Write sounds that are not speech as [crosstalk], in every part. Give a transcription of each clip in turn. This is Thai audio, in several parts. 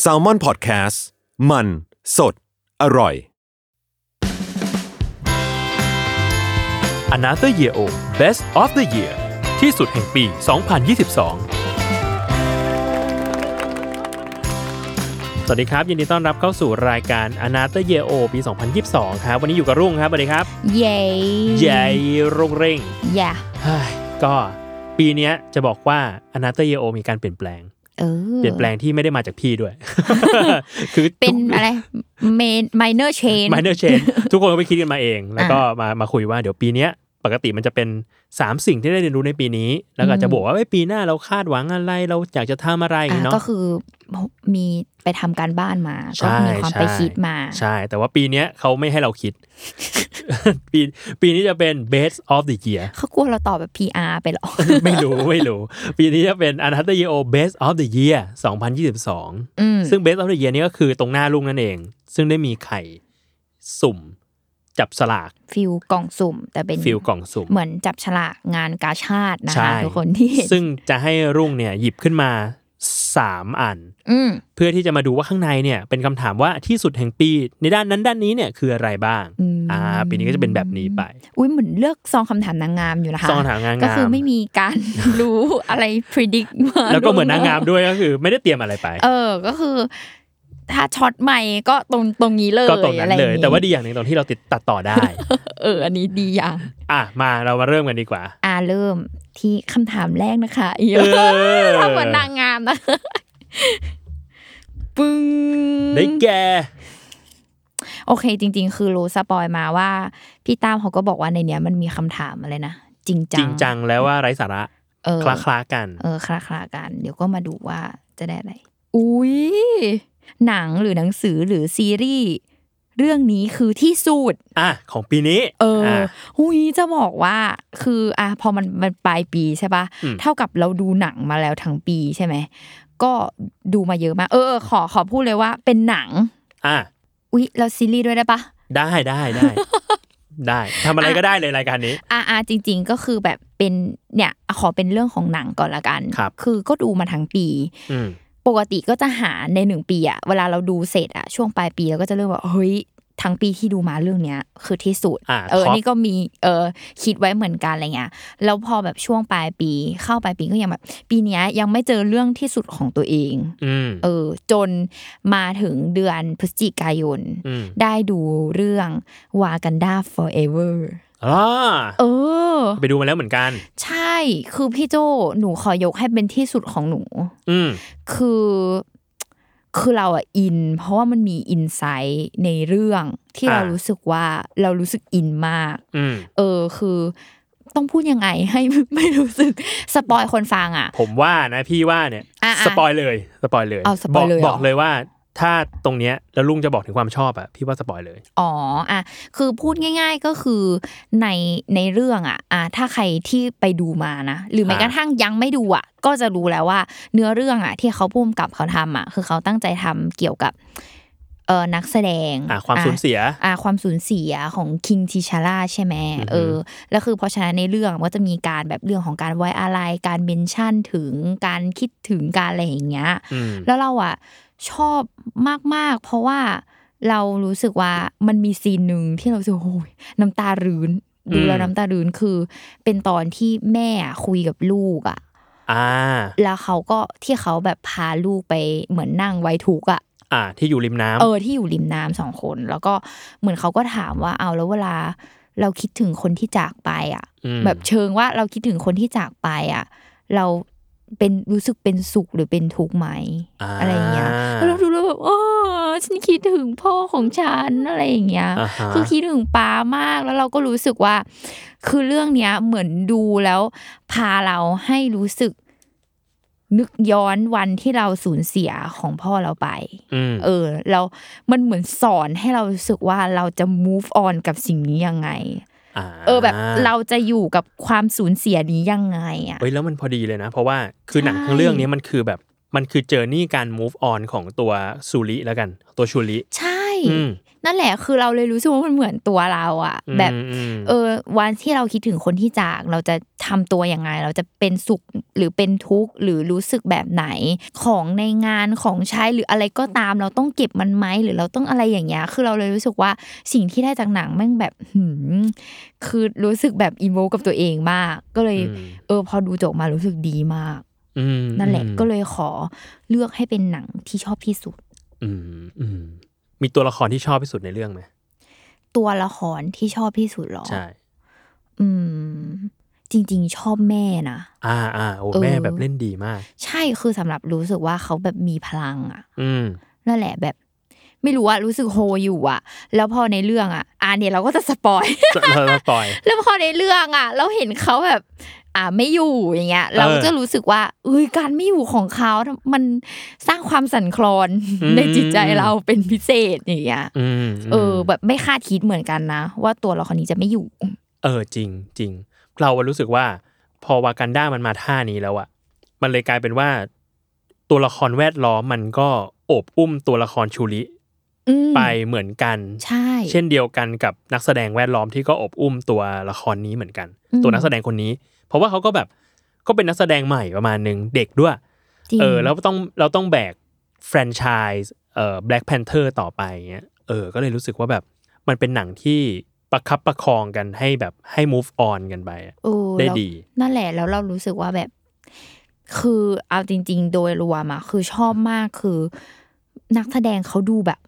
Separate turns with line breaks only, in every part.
แซลมอนพอดแคสต์มันสดอร่อย
Another Year O Best of the Year ที่สุดแห่งปี 2022 สวัสดีครับ ยินดีต้อนรับเข้าสู่รายการ Another Year O ปี 2022 ครับ วันนี้อยู่กับรุ่งครับสวัสดีครับ
เย้
ใหญ่รุ่งเร่ง
อย่า
เฮ้ยก็ปีเนี้ยจะบอกว่า Another Year O มีการเปลี่ยนแปลง
เออ
เปลี่ยนแปลงที่ไม่ได้มาจากพี่ด้วย [laughs] คือทุก
เป็นอะไรเมนไมเนอร์เชน
minor
[laughs]
change ทุกคนก็ไปคิดกันมาเอง แล้วก็มามาคุยว่าเดี๋ยวปีเนี้ยปกติมันจะเป็น 3 สิ่งที่ได้เรียนรู้ในปีนี้ แล้วก็อาจจะบอกว่าเอ้ยปีหน้าเราคาดหวังอะไร เราอยากจะทำอะไรอย่างเงี้ย
ก็
เนาะ
คือมีไปทำการบ้านมา ก็มีความไปคิดมา
ใช่ แต่ว่าปีเนี้ยเขาไม่ให้เราคิด [laughs] ปีปีนี้จะเป็น best of the year [laughs]
เขากลัวเราตอบแบบ PR ไปเหรอ [laughs]
ไม่รู้ไม่รู้ ปีนี้จะเป็น a n a t h e r Year Best of the Year 2022
อืม
ซึ่ง Best of the Year นี่ก็คือตรงหน้าลุงนั่นเอง ซึ่งได้มีไข่สุ่ม จับสลาก
ฟิลกล่องสุ่ม แต่เป็น
ฟิลกล่องสุ่ม
เหมือนจับฉลากงานกาชาตินะ
ใช่
คะทุกคนที่เห็น
ซึ่งจะให้รุ่งเนี่ยหยิบขึ้นมา 3 อัน
อืม
เพื่อที่จะมาดูว่าข้างในเนี่ยเป็นคำถามว่าที่สุดแห่งปีในด้านนั้นด้านนี้เนี่ยคืออะไรบ้างอ่าปีนี้ก็จะเป็นแบบนี้ไป
อุ้ยเหมือนเลือกซองคำถามนางงามอยู่นะคะ
ซองคำถามนางงาม
ก็คือไม่มีการ รู้อะไร predict มา
แล้วก็เหมือนนางงาม
ล่วห
ด้วยก็คือไม่ได้เตรียมอะไรไป
เออ ก็คือ ถ้าช็อตใหม่ก็ตรงตรงนี้เลย
ก็ตรงนั้น
อะไอ
เล
ย่าง
ย
งี้
แต่ว่าดีอย่างหนึ่งตรงที่เราติดตัดต่อได้
[laughs] เออ อันนี้ดีอย่าง
อ่ะมาเรามาเริ่มกันดีกว่า
อ่าเริ่มที่คำถามแรกนะคะเอ
เออ
ทำเหมือนนางงามนะ ปึ้ง
ได้แก
โอเค จริง ๆ คือรู้สปอยมาว่า พี่ตามเขาก็บอกว่าในเนี้ยมันมีคำถามอะไรนะ จริงจั
จริงจังแล้วว่าไร้สาระ
เออ
คลาคลาๆกัน
เออคลาคลากัน เดี๋ยวก็มาดูว่าจะได้อะไร อุ้ยหนังหรือหนังสือหรือซีรีส์เรื่องนี้คือที่สุด
อ่ะ ของปีนี้
เอออะ หุยจะบอกว่าคืออ่ะพอมันมันปลายปีใช่ปะ
อืม
เท่ากับเราดูหนังมาแล้วทั้งปีใช่ไหม ก็ดูมาเยอะมากเออเออขอขอพูดเลยว่าเป็นหนัง
อ่ะ
อุ๊ย เราซีรีส์ด้วยได้ปะ
ได้ได้ได้ ได้ทำอะไรก็ได้เลยรายการนี้
อ่าอ่าจริง ๆก็คือแบบเป็นเนี่ยอ่ะขอเป็นเรื่องของหนังก่อนละกัน
ครับ
คือก็ดูมาทั้งปี
อืม
ปกติก็จะหาในหนึ่งปีอะเวลาเราดูเสร็จอะช่วงปลายปีเราก็จะเริ่มว่าเฮ้ยทั้งปีที่ดูมาเรื่องเนี้ย คือที่สุด
อ่า
เออ
top
นี่ก็มีเออคิดไว้เหมือนกันอะไรเงี้ยแล้วพอแบบช่วงปลายปี เข้าปลายปีก็ยังแบบปีเนี้ยยังไม่เจอเรื่องที่สุดของตัวเอง
อืม
เออ จนมาถึงเดือนพฤศจิกายน
อืม
ได้ดูเรื่องวากันดา forever
อ่า
เออ
ไปดูมาแล้วเหมือนกัน
ใช่คือพี่โจหนูขอยกให้เป็นที่สุดของหนู
อืม
คือคือเราอะอิน เพราะว่ามันมีอินไซต์ในเรื่องที่เรา
อ่า
รู้สึกว่าเรารู้สึกอินมาก
อืม
เออคือต้องพูดยังไงให้ ไม่รู้สึกสปอยคนฟังอ่ะ
ผมว่านะพี่ว่าเนี่ย
อ่ะอ่ะ
สปอยเลยสปอยเลย
เอาสป
บ
อ
อย ก
เลยเหรอ
บอกเลยว่า ถ้าตรงเนี้ยแล้วลุงจะบอกถึงความชอบอะพี่ว่าสปอยเลย
อ๋ออ่ะคือพูดง่าย ๆก็คือในในเรื่องอ่ะอ่ะถ้าใครที่ไปดูมานะหรือแม้
อ่าก ก
ระทั่งยังไม่ดูอ่ะ ก็จะรู้แล้วว่าเนื้อเรื่องอ่ะ ที่เขาพุ่มกับเขาทำอ่ะ คือเขาตั้งใจทำเกี่ยวกับเออนักแสดง
อ่ะความสูญเสีย
อ่าความสูญเสียของคิงทิชาร่าใช่ไหม
อือฮึ
เออแล้วคือเพราะฉะนั้นในเรื่องมันก็จะมีการแบบเรื่องของการไว้อาลัยการเมนชั่นถึงการคิดถึงการอะไรอย่างเงี้ย
อืม
แล้วเราอ่ะชอบมาก ๆ เพราะว่าเรารู้สึกว่ามันมีซีนหนึ่งที่เรารู้สึกโอ้ยน้ำตารื้นดูแล้ว
อืม
น้ำตารื้นคือ เป็นตอนที่แม่คุยกับลูกอ่ะ
อ่า
แล้วเขาก็ที่เขาแบบพาลูกไปเหมือนนั่งไว้ทุกข์อะ
อ่า ที่อยู่ริมน้ำ
เออที่อยู่ริมน้ำสองคน แล้วก็เหมือนเขาก็ถามว่าเอาแล้วเวลาเราคิดถึงคนที่จากไปอ่ะ
ม
แบบเชิงว่าเราคิดถึงคนที่จากไปอ่ะ เราเป็นรู้สึกเป็นสุขหรือเป็นทุกข์ไหม
า
อะไรอย่างเงี้ยแล้วเราดูแล้วแบบโอ้ฉันคิดถึงพ่อของฉันอะไรอย่างเงี้ย
าฮะ
คือคิดถึงป้ามากแล้วเราก็รู้สึกว่า คือเรื่องเนี้ยเหมือนดูแล้วพาเราให้รู้สึก นึกย้อนวันที่เราสูญเสียของพ่อเราไป
อืม
เออเรามันเหมือนสอนให้เรารู้สึกว่าเราจะ move on กับสิ่งนี้ยังไง
า
เออแบบเราจะอยู่กับความสูญเสียนี้ยังไงอ่ะ
เฮ้ยแล้วมันพอดีเลยนะ เพราะว่าคือ
ใช่
หนังทั้งเรื่องเนี้ยมันคือแบบมันคือเจอร์นี่การ move on ของตัวซูริแล้วกันตัวชูริ
ใช่
อืม
นั่นแหละคือเราเลยรู้สึกว่ามันเหมือนตัวเราอ่ะ แบบ
อืม
เออวันที่เราคิดถึงคนที่จากเราจะทำตัวยังไง เราจะเป็นสุขหรือเป็นทุกข์หรือรู้สึกแบบไหนของในงานของใช้หรืออะไรก็ตามเราต้องเก็บมันไหมหรือเราต้องอะไรอย่างเงี้ยคือเราเลยรู้สึกว่าสิ่งที่ได้จากหนังแม่งแบบหืมคือรู้สึกแบบอีโมกับตัวเองมาก ก็เลย
อืม
เออ พอดูจบมารู้สึกดีมาก
อืม
นั่นแหละ
อืม
ก็เลยขอเลือกให้เป็นหนังที่ชอบที่สุด
อืมอืมมีตัวละครที่ชอบที่สุดในเรื่องไหม
ตัวละครที่ชอบที่สุดเหรอ
ใช่
อืม จริง ๆ ชอบแม่นะ
อ่าอ่าโอ้
เออ
แม่แบบเล่นดีมาก
ใช่คือสำหรับรู้สึกว่าเขาแบบมีพลังอะ
อืม [laughs]
นั่นแหละแบบ ไม่รู้ว่ารู้สึกโฮอยู่อะแล้วพอในเรื่องอะอ่าเนี่ยเราก็จะสปอย [laughs]
เราเราปล่อย
แล้วพอในเรื่องอะเราเห็นเขาแบบ อ่าไม่อยู่อย่างเงี้ย เราก็จะรู้สึกว่าเอ้ยการไม่อยู่ของเขา มันสร้างความสั่นคลอน
อืม
ในจิตใจเราเป็นพิเศษอย่างเงี้ย
อืมม
เออ แบบไม่คาดคิดเหมือนกันนะ ว่าตัวละครนี้จะไม่อยู่
เออจริงจริงเราอะรู้สึกว่า พอวากันด้ามันมาท่านี้แล้วอะมันเลยกลายเป็นว่า ตัวละครแวดล้อมมันก็โอบอุ้มตัวละครชูริ
อืม
ไปเหมือนกัน
ใช่
เช่นเดียวกันกับนักแสดงแวดล้อมที่ก็อบอุ้มตัวละครนี้เหมือนกัน
อืม
ตัวนักแสดงคนนี้ เพราะว่าเขาก็แบบก็เป็นนักแสดงใหม่ประมาณหนึ่งเด็กด้วย
จริง
เออแล้วต้องเราต้องแบกแฟรนไชส์เอ่อ Black Panther ต่อไปเงี้ยเออ ก็เลยรู้สึกว่าแบบมันเป็นหนังที่ประคับประคองกันให้แบบให้ move on กันไปอะ
เออ
ได้
แล้ว
ดี
นั่นแหละแล้วเรารู้สึกว่าแบบ คือเอาจริง ๆ โดยรวมอะคือชอบมากคือ นักแสดงเขาดูแบบ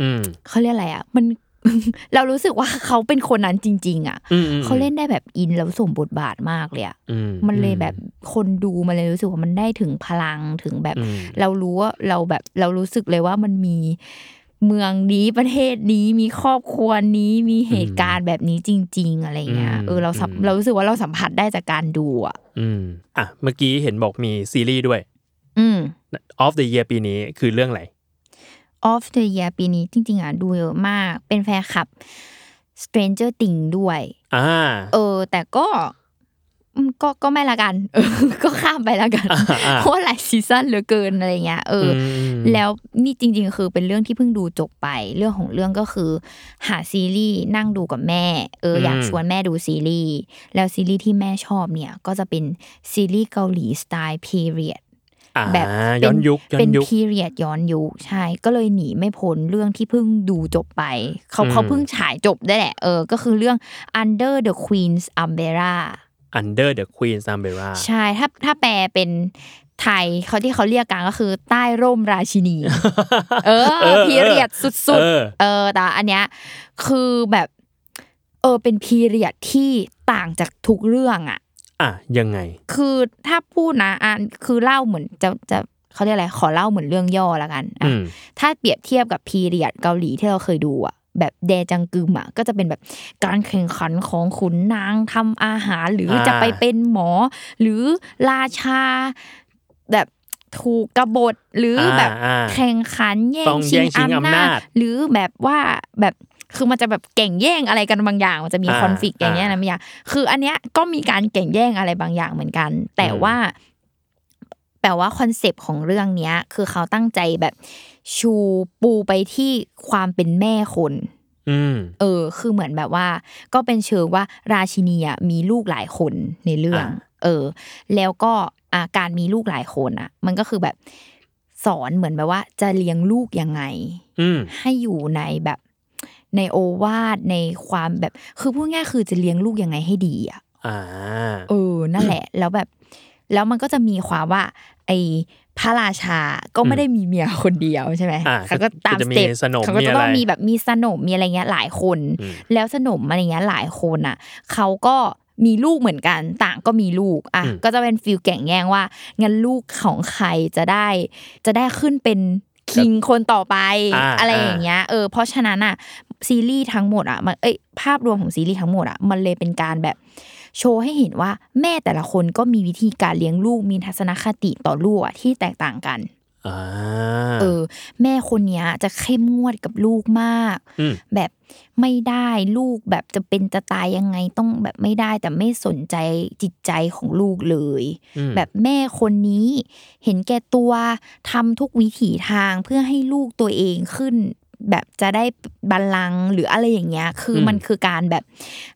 อืม
เขาเรียกอะไรอะมัน [laughs] เรารู้สึกว่าเขาเป็นคนนั้นจริง ๆอะ
อืมอืม
เขาเล่นได้แบบอินแล้วสมบทบาทมากเลยอะ
อื
มันเลยแบบคนดูมันเลยรู้สึกว่ามันได้ถึงพลังถึงแบบ
อืม
เรารู้ว่าเราแบบเรารู้สึกเลยว่ามันมีเมืองนี้ประเทศนี้มีครอบครัวนี้มีเหตุการณ์แบบนี้จริง ๆ อะไรเงี้ยเออเราสัมเรารู้สึกว่าเราสัมผัสได้จากการดูอะ
อืมอ่ะ เมื่อกี้เห็นบอกมีซีรีส์ด้วย
อืม
Off the Year ปีนี้คือเรื่องอะไร
Off the Year ปีนี้จริง ๆ อ่ะ ดูเยอะมาก เป็นแฟนคลับ Stranger Things ด้วย
อ่า
เออ แต่ก็อืมก็ก็ไม่ละกัน [laughs] เออ ก็ข้ามไปละกัน
อ่าอ่า
เพราะว่าหลายซีซั่นเหลือเกินอะไรเงี้ยเอออ
ม
แล้วนี่จริง ๆ คือเป็นเรื่องที่เพิ่งดูจบไป เรื่องของเรื่องก็คือ หาซีรีส์นั่งดูกับแม่ เอออยากชวนแม่ดูซีรีส์แล้วซีรีส์ที่แม่ชอบเนี่ย ก็จะเป็นซีรีส์เกาหลีสไตล์ period
อ่า
แบบ
ย้อนยุคย้อ
เป็น น
ยุค
พีเรียดย้อนยุคใช่ก็เลยหนีไม่พ้นเรื่องที่เพิ่งดูจบไปเขา
อืม
เขาเพิ่งฉายจบได้แหละเออก็คือเรื่อง Under the Queen's Umbrella
Under the Queen's Umbrella
ใช่ถ้าถ้าแปลเป็นไทยเขาที่เขาเรียกกันก็คือใต้ร่มราชินี เอ
เอ
อ
อ
พีเรียดสุด
เออ
ๆเออแต่อันเนี้ยคือแบบเออเป็นพีเรียดที่ต่างจากทุกเรื่องอ่ะ
อ่ะยังไง
คือถ้าพูดนะอ่ะคือเล่าเหมือนจะจะเขาเรียกอะไรขอเล่าเหมือนเรื่องย่อละกันอ่ะ
อืม
ถ้าเปรียบเทียบกับพีเรียดเกาหลีที่เราเคยดูอ่ะ แบบเดจังกึมอ่ะก็จะเป็นแบบการแข่งขันของขุนนางทำอาหารหรืออา จะไปเป็นหมอ หรือราชา แบบถูกกบฏหรืออแบบ
อ่า
แข่งขันแย่
ต้องแย่งชิงอำนาจ
หรือแบบว่าแบบคือมันจะแบบแข่งแย่งอะไรกันบางอย่าง มันจะมี
อ่า
คอนฟ lict อย่างเงี้ยนะ
อ่า
บางอย่างคืออันเนี้ยก็มีการแข่งแย่งอะไรบางอย่างเหมือนกัน แต่
อืม
ว่าแต่ว่าคอนเซปต์ของเรื่องเนี้ย คือเขาตั้งใจแบบชูปูไปที่ความเป็นแม่คน
อืม
เออ คือเหมือนแบบว่า ก็เป็นเชิงว่าราชินีอะมีลูกหลายคนในเรื่อง เออ แล้วก็อ่าการมีลูกหลายคนอ่ะ มันก็คือแบบสอนเหมือนแบบว่า จะเลี้ยงลูกยังไง
อืม
ให้อยู่ในแบบในโอวาทในความแบบ คือพูดง่ายๆคือจะเลี้ยงลูกยังไงให้ดีอ่ะ
อ่า [coughs]
เออ นั่นแหละ แล้วแบบ แล้วมันก็จะมีความว่า ไอ้พระราชาก็ไม่ได้มีเมียคนเดียวใช่ไหม
อ่า
เขาก็ตาม
ก็จะ
ส
มี
เต็ป
สนม
เขาก็จะต้อง
มีอะไร
มีแบบมีสนมมีอะไรเงี้ยหลายคน
อืม
แล้วสนมอะไรเงี้ยหลายคนอ่ะเขาก็มีลูกเหมือนกัน ต่างก็มีลูกอ่ะ
อืม
ก็จะเป็นฟิลแก่งแย่งว่างั้นลูกของใครจะได้ จะได้ขึ้นเป็นคิงคนต่อไป
อ่า
อะไรอย่างเงี้ยเออเพราะฉะนั้นอ่ะซีรีส์ทั้งหมดอ่ะมันเอ้ยภาพรวมของซีรีส์ทั้งหมดอ่ะมันเลยเป็นการแบบ โชว์ให้เห็นว่าแม่แต่ละคนก็มีวิธีการเลี้ยงลูกมีทัศนคติต่อลูกอ่ะที่แตกต่างกัน
อ่า
เออ แม่คนเนี้ยจะเข้มงวดกับลูกมาก
อืม
แบบไม่ได้ลูกแบบจะเป็นจะตายยังไงต้องแบบไม่ได้แต่ไม่สนใจจิตใจของลูกเลย
ม
แบบแม่คนนี้เห็นแก่ตัวทำทุกวิถีทางเพื่อให้ลูกตัวเองขึ้น แบบจะได้บัลลังก์หรืออะไรอย่างเงี้ย คืออ
ม
มันคือการแบบ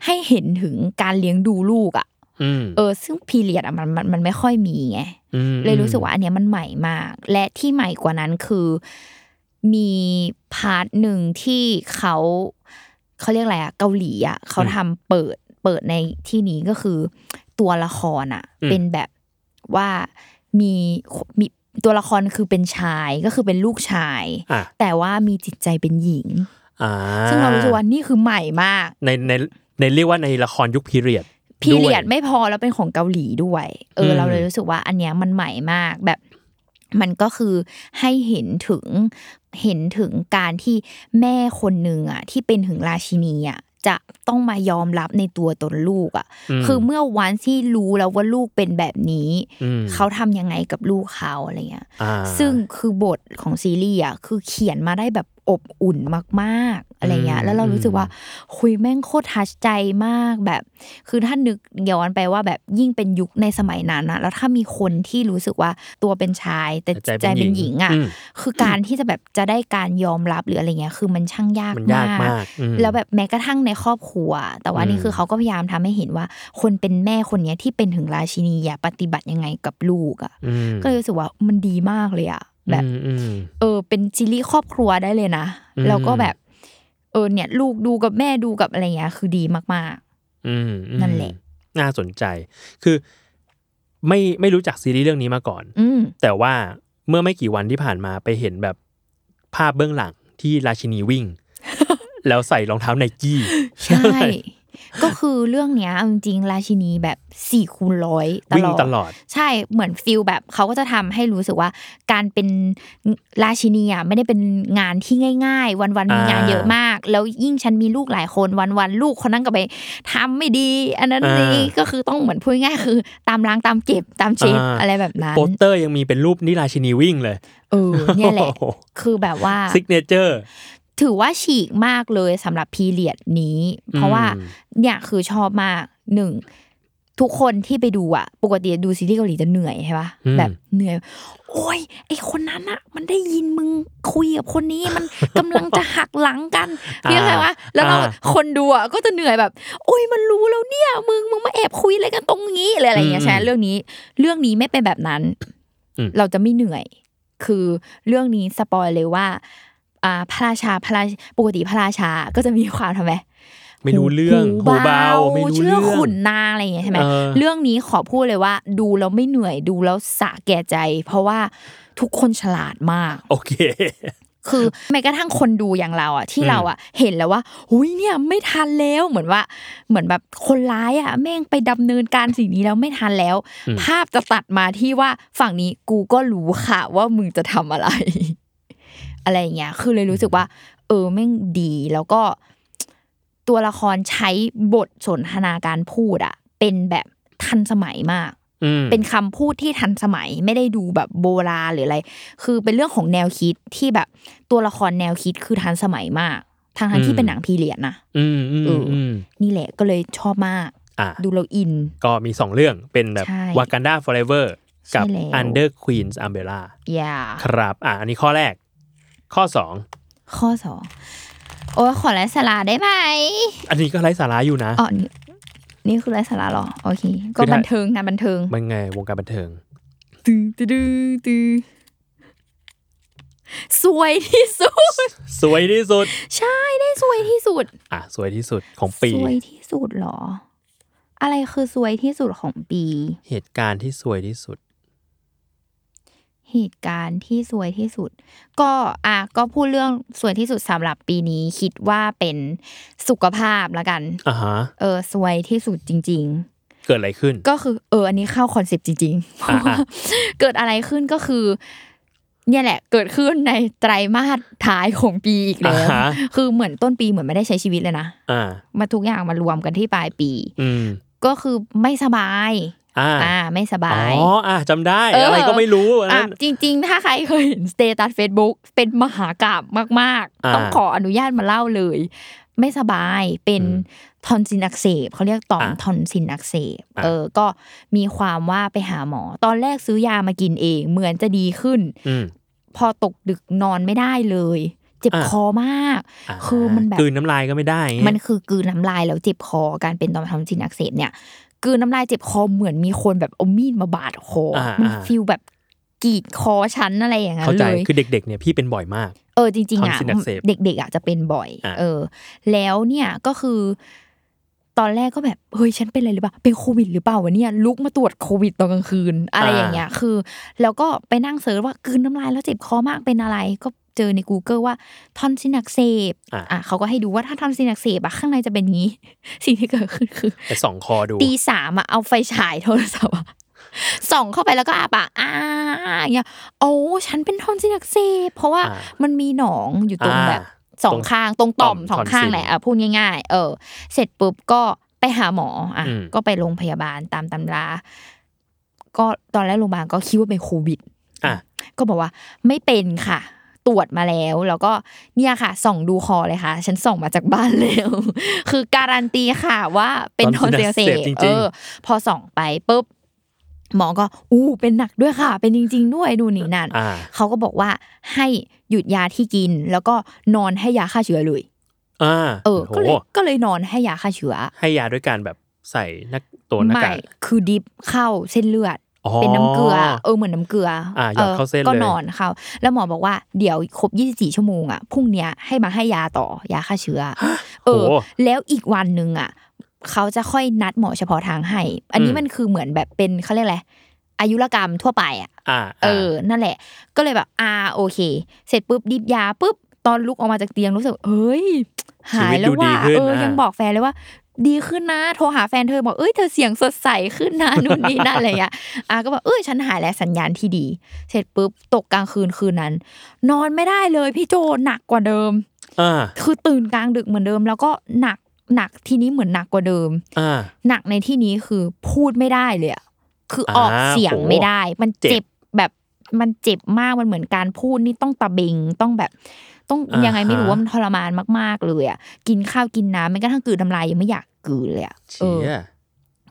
ให้เห็นถึงการเลี้ยงดูลูกอ่ะ
อืม
เออซึ่งพีเรียดอ่ะมันมันมันไม่ค่อยมีไง
ม
เลยรู้สึกว่าอันเนี้ยมันใหม่มาก และที่ใหม่กว่านั้นคือมีพาร์ทหนึ่งที่เขาเขาเรียกอะไรอะเกาหลีอะเขาทำเปิดเปิดในที่นี้ก็คือ ตัวละครอะเป็นแบบว่ามีมีตัวละครคือเป็นชายก็คือเป็นลูกชาย
อ่ะ
แต่ว่ามีจิตใจเป็นหญิง
อ่า
ซึ่งเรารู้สึกว่านี่คือใหม่มาก
ในในในเรียกว่าในละครยุคพีเรียด
พีเรียด
ด้วย
ไม่พอแล้วเป็นของเกาหลีด้วย เอออ
ม
เราเลยรู้สึกว่าอันเนี้ยมันใหม่มากแบบ มันก็คือให้เห็นถึงเห็นถึงการที่แม่คนหนึ่งอ่ะที่เป็นถึงราชินีอ่ะจะต้องมายอมรับในตัวตนลูกอ่ะ
ม
คือเมื่อวันที่รู้แล้วว่าลูกเป็นแบบนี้
ม
เขาทำยังไงกับลูกเขาอะไรเงี้ย
อ่า
ซึ่งคือบทของซีรีส์อ่ะคือเขียนมาได้แบบอบอุ่นมากๆอะไรเงี้
อืม
ยแล้วเรารู้สึกว่า
อื
คุยแม่งโคตรทัชใจมากแบบ คือถ้านึกย้อนไปว่าแบบยิ่งเป็นยุคในสมัยนั้นนะแล้วถ้ามีคนที่รู้สึกว่าตัวเป็นชาย แต่จิตใจเป็นหญิงอ่ะ
ม
คือการที่จะแบบจะได้การยอมรับหรืออะไรเงี้ยคือมันช่างยาก
มันยากมากอืม
แล้วแบบแม้กระทั่งในครอบครัว แต่ว่านี่
อืม
คือเขาก็พยายามทำให้เห็นว่า คนเป็นแม่คนเนี้ยที่เป็นถึงราชินีอย่าปฏิบัติยังไงกับลูกอ่ะ
อืม
ก็เลยรู้สึกว่ามันดีมากเลยอะแบบ
อืมอืม
เออเป็นซีรีส์ครอบครัวได้เลยนะ
อืม
แล้วก็แบบ เออเนี่ย ลูกดูกับแม่ดูกับอะไรเงี้ยคือดีมาก
อืมอืม
นั่นแหละ
น่าสนใจ คือไม่ไม่รู้จักซีรีส์เรื่องนี้มาก่อน
ๆ อืม
แต่ว่าเมื่อไม่กี่วันที่ผ่านมาไปเห็นแบบภาพเบื้องหลังที่ราชินี
[laughs]
วิ่ง แล้วใส่รองเท้าไนกี้
ใช่ ก็คือเรื่องเนี้ยเอาจริงๆราชินีแบบสี่คูณร้อย [laughs] ต
วิ่ง
ลอด
ตลอด
ใช่เหมือนฟิลแบบเขาก็จะทำให้รู้สึกว่า การเป็นราชินีอ่ะไม่ได้เป็นงานที่ง่าย ๆ วันๆมีงาน
อ่า
เยอะมาก แล้วยิ่งฉันมีลูกหลายคนวันๆลูกคนนั้นก็ไปทำไม่ดี อันนั้น
อ่า
นี่ก็คือต้องเหมือนพูดง่ายๆคือ ตามล้างตามเก็บตามเช็ด
อ่า
อะไรแบบนั้น
โปสเตอร์ยังมีเป็นรูปนี่ราชินีวิ่งเลย
เออเนี่
[laughs]
ยแหละ
โอ้โ
คือแบบว่า
ซิกเนเจอร์
ถือว่าฉีกมากเลยสำหรับพีเรียดนี้ เพราะว่า
อืม
เนี่ยคือชอบมากหนึ่งทุกคนที่ไปดูอะปกติดูซีรีส์เกาหลีจะเหนื่อยใช่ปะแบบเหนื่อย โอ้ยไอคนนั้นอะมันได้ยินมึงคุยกับคนนี้มัน กำลังจะหักหลัง
[laughs]
กัน
อ่า
เนี่ยใช่ปะแล้วเรา
อ่า
คนดูอะก็จะเหนื่อยแบบ โอ้ยมันรู้แล้วเนี่ยมึงมึงมาแอบคุยอะไรกันตรงนี้อะไรอะไรอย่างเงี้ย
อืม
ใช่ไหมเรื่องนี้ เรื่องนี้ไม่เป็นแบบนั้น
อืม
เราจะไม่เหนื่อย คือเรื่องนี้สปอยเลยว่า อ่าพระราชาพระราชปกติพระราชาก็จะมีความทำไม
ไม่รู้เรื่อง
หู
หูเบาไม่รู้
เชื่
เรื่
อ
อง
ขุนนางอะไรอย่างเงี้ยใช่ไหม
เออ
เรื่องนี้ขอพูดเลยว่า ดูแล้วไม่เหนื่อยดูแล้วสะแก่ใจ เพราะว่าทุกคนฉลาดมาก
โอเค [laughs]
คือแม้กระทั่งคนดูอย่างเราอ่ะที่
อืม
เราอ่ะเห็นแล้วว่าหุยเนี่ยไม่ทันแล้วเหมือนว่า เหมือนแบบคนร้ายอ่ะแม่งไปดำเนินการสิ่งนี้แล้วไม่ทันแล้ว
อืม
ภาพจะตัดมาที่ว่าฝั่งนี้กูก็รู้ค่ะว่ามึงจะทำอะไร [laughs] อะไรอย่างเงี้ยคือเลยรู้สึกว่า เออแม่งดีแล้วก็ ตัวละครใช้บทสนทนาการพูดอ่ะ เป็นแบบทันสมัยมาก
อืม
เป็นคำพูดที่ทันสมัยไม่ได้ดูแบบโบราณหรืออะไร คือเป็นเรื่องของแนวคิดที่แบบตัวละครแนวคิดคือทันสมัยมากทาง
อื
ทั้
ม
งที่เป็นหนังพีเรียดนะ
อืมอืม
เอออื
อืม
นี่แหละก็เลยชอบมาก
อ่ะ
ดูเราอิน
ก็มีสองเรื่องเป็นแบบ
ใช่
Wakanda Forever กับ
ใช่แล้ว
Under Queen's Umbrella
อย่า
ครับ อ่ะ อันนี้ข้อแรก ข้อ 2
ข้อสองโอ้ยขอไร้สาระได้ไหม
อันนี้ก็ไร้สาระอยู่นะ
อ๋อนี่นี่คือไร้สาระเหรอ โอเค ก็
คือถ้า
บันเทิงงานบันเทิง
มันไงวงการบันเทิง
ตือตือตื้อตือสวยที่สุด
สวยที่สุด
ใช่ได้สวยที่สุด
อ่ะ สวยที่สุดของปี
สวยที่สุดเหรอ อะไรคือสวยที่สุดของปี
เหตุการณ์ที่สวยที่สุด
เหตุการณ์ที่สวยที่สุด ก็อ่ะก็พูดเรื่องสวยที่สุดสำหรับปีนี้ คิดว่าเป็นสุขภาพละกัน
อ่าฮะ
เออสวยที่สุดจริง
เกิดอะไรขึ้น
ๆ ก็คือเอออันนี้เข้าคอนเซปต์จริงๆเพ [laughs] ราะว่า
อ่ะ
เกิดอะไรขึ้นก็คือ เนี่ยแหละ เกิดขึ้นในไตรมาสท้ายของปีอีก
อ่า
แล้ว
ฮะ
คือเหมือนต้นปีเหมือนไม่ได้ใช้ชีวิตเลยนะ
อ่า
มาทุกอย่างมารวมกันที่ปลายปี
อืม
ก็คือไม่สบาย
อ่า
อ่าไม่สบา
อ๋
ย
อ อ่ะจำได้
เอออ
อะไรก็ไม่รู้อัน
อ่ะ
นั้น
จริง ๆ ถ้าใครเคยเห็นสเตตัส Facebook เป็นมหากราบมาก
อ่า
ๆ ต้องขออนุญาตมาเล่าเลย ไม่สบายเป็น
อืม
ทอนซินอักเสบเขาเรียกต่อม
อ่ะ
ทอนซินอักเสบ
อ่ะ
เออก็มีความว่าไปหาหมอ ตอนแรกซื้อยามากินเอง เหมือนจะดีขึ้น
อืม
พอตกดึกนอนไม่ได้เลย เจ็บ
อ่ะ
คอมาก
อ่า
คือมันแบบ
กลืนน้ำลายก็ไม่ได้อย่างเงี้ย
มันคือกลืนน้ำลายแล้วเจ็บคอการเป็นต่อมทอนซิลอักเสบเนี่ยกลืนน้ำลายเจ็บคอเหมือนมีคนแบบเอามีดมาบาดคออา
มั
มันฟิลแบบกรีดคอฉันอะไรอย่างนั้
เข้าน ใจ
เลย
คือเด็กๆ เนี่ยพี่เป็นบ่อยมาก
เออจริงๆอ่ะ
tonsil อักเสบ
เด็กๆอาจจะเป็นบ่อย
อ่ะ
เออ แล้วเนี่ยก็คือ ตอนแรกก็แบบเฮ้ยฉันเป็นอะไรหรือเปล่าเป็นโควิดหรือเปล่าวะเนี่ยลุกมาตรวจโควิดตอนกลางคืน อะไรอย่างเงี้ยคือ แล้วก็ไปนั่งเสิร์ชว่ากลืนน้ำลายแล้วเจ็บคอมากเป็นอะไร ก็เจอใน Google ว่าทอนซิลอักเสบ
อ่ะ
อ่ะเขาก็ให้ดูว่าถ้าทอนซิลอักเสบอะข้างในจะเป็นอย่างงี้ [laughs] สิ่งที่เกิดขึ้นคือ
แต่สองคอดู
ตีสามอะเอาไฟฉายโทรศัพท์อะ [laughs] ส่องเข้าไปแล้วก็อาปากอ้าอย่างเงี้ยโอ้ฉันเป็นทอนซิลอักเสบเพราะว่า
อ่า
มันมีหนองอยู่ตรง
อ่า
แบบส
ต
อ
รง ง
ข้างตรงต่อม
ต่
ส
อม
องข้าง
tonsil
แหละอ่ะพูดง่ายๆ เออ เสร็จปุ๊บก็ไปหาหมออ่ะ
อืม
ก็ไปโรงพยาบาลตามตำรา ก็ตอนแรกโรงพยาบาลก็คิดว่าเป็นโควิด
อ่ะ
ก็บอกว่าไม่เป็นค่ะ ตรวจมาแล้ว แล้วก็เนี่ยค่ะ ส่องดูคอเลยค่ะ ฉันส่องมาจากบ้านแล้ว [laughs] คือการันตีค่ะว่าเป็นทอนซิลอักเสบ
จริงๆ
เออ พอส่องไปปุ๊บหมอก็อู้เป็นหนักด้วยค่ะ เป็นจริง ๆ ด้วยดูนี่นั่น
อ่า
เขาก็บอกว่าให้หยุดยาที่กิน แล้วก็นอนให้ยาฆ่าเชื้อเลย
อ่า
เออ
โอ้
ก็
โห
เลยก็เลยนอนให้ยาฆ่าเชื้อ
ให้ยาด้วยการแบบใส่หนักตัวหน้า
ไม่
กาก
คือดิฟเข้าเส้นเลือด
อ๋อ
เป็นน้ำเกลือเออเหมือนน้ำเกลืออา
หยอดเข้าเส้นเลย
ก็นอนเขาแล้วหมอบอกว่าเดี๋ยวครบ 24 ชั่วโมงอ่ะพรุ่งเนี้ยให้มาให้ยาต่อยาฆ่าเชื้อ เออ
โห
แล้วอีกวันหนึ่งอ่ะเขาจะค่อยนัดหมอเฉพาะทางให้ อันนี้
อืม
มันคือเหมือนแบบเป็นเขาเรียกอะไรอายุรกรรมทั่วไปอ่ะ
อ่า
เออ นั่นแหละ ก็เลยแบบอ่าโอเค เสร็จปุ๊บดิบยาปุ๊บ ตอนลุกออกมาจากเตียงรู้สึกเฮ้ย หายแล้วว่า เออ ยังบอกแฟนเลยว่า ดีขึ้นนะ โทรหาแฟนเธอบอก เอ้ย เธอเสียงสดใสขึ้นนะ [laughs] นู่นนี่นั่นอะไรอย่างเงี้ยอ่ะก็บอก เอ้ย ฉันหายแล้วสัญญาณที่ดี เสร็จปุ๊บ ตกกลางคืนคืนนั้น นอนไม่ได้เลยพี่โจหนักกว่าเดิม
อ่า
คือตื่นกลางดึกเหมือนเดิม แล้วก็หนัก หนักทีนี้เหมือนหนักกว่าเดิม
อ่า
หนักในที่นี้คือพูดไม่ได้เลยอะคือออก
อ่า
เสียง
โห
ไม่ได้ มัน
เจ็
เจ็
บบ
แบบมันเจ็บมาก มันเหมือนการพูดนี่ต้องตะเบงต้องแบบ ต้อง
อ่า
ยังไงไม่รู้
ฮะ
ว่ามันทรมานมาก ๆ เลยอะกินข้าวกินน้ำแม้กระทั่งกลืนน้ำลายยังไม่อยากกลืนเลยอะเอ
เชี
อย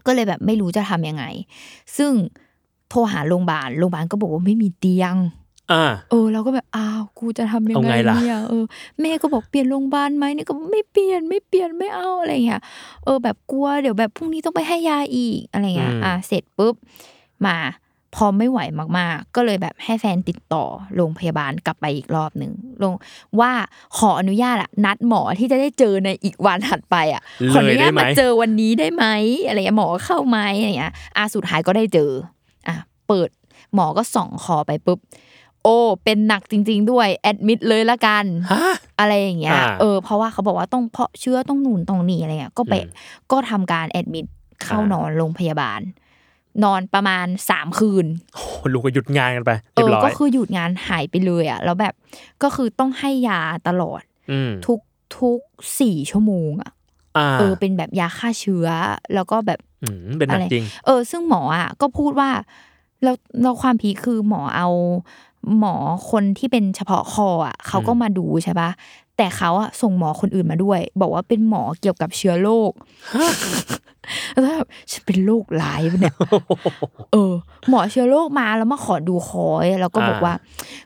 ก็เลยแบบไม่รู้จะทำยังไง ซึ่งโทรหาโรงพยาบาล โรงพยาบาลก็บอกว่าไม่มีเตียง
อ่า
เออเราก็แบบอ้าวกูจะทำยัง
เอา
ไง
ไงล่ะ
เนี่ยเออแม่ก็บอกเปลี่ยนโรงพยาบาลไหมนี่ก็ไม่เปลี่ยนไม่เปลี่ยนไม่เอาอะไรเงี้ยเออแบบกลัวเดี๋ยวแบบพรุ่งนี้ต้องไปให้ยาอีกอะไรเงี้ยอ่ะเสร็จปุ๊บมาพอไม่ไหวมากๆ ก็เลยแบบให้แฟนติดต่อโรงพยาบาลกลับไปอีกรอบหนึ่งลงว่าขออนุญาตอะนัดหมอที่จะได้เจอในอีกวันถัดไปอะขออ
เล
นุ
ย
ญา
ได้
ต
ไหม
มาเจอวันนี้ได้ไหมอะไรเงี้ยหมอเข้าไหมอะไรเงี้ยอ่ะสุดท้ายก็ได้เจออ่ะเปิด หมอก็ส่องคอไปปุ๊บ โอ้ เป็นหนักจริง ๆ ด้วย แอดมิดเลยละกัน
ฮะ
อะไรอย่างเงี้ย
อ่า
เออ เพราะว่าเขาบอกว่าต้องเพาะเชื้อต้องหนุนตรงนี้อะไรเงี้ย ก็ไป
อืม
ก็ทำการแอดมิดเข้า
อ่าน
นอนโรงพยาบาล นอนประมาณสามคืน
โอ้โหลูกก็หยุดงานกันไป
เอ
เรีย
อ
บร้อ
ก็
ย
คือหยุดงานหายไปเลยอ่ะ แล้วแบบ ก็คือต้องให้ยาตลอด
อืม
ทุกทุกสี่ชั่วโมงอ่ะ
อ่า
เออ เป็นแบบยาฆ่าเชื้อ แล้วก็แบบ
อืมเป็นหนัก
อะไร
จริง
เออซึ่งหมออ่ะก็พูดว่าเราเราความพีคคือหมอเอาหมอคนที่เป็นเฉพาะคออ่ะเขาก็
อืม
มาดูใช่ปะแต่เขาอ่ะส่งหมอคนอื่นมาด้วย บอกว่าเป็นหมอเกี่ยวกับเชื้อโร [laughs] คแล้วแบบฉันเป็นโรคร้ายปะเนี่ยเออ หมอเชื้อโรคมาแล้วมาขอดูคอยแล้วก็บอกว่า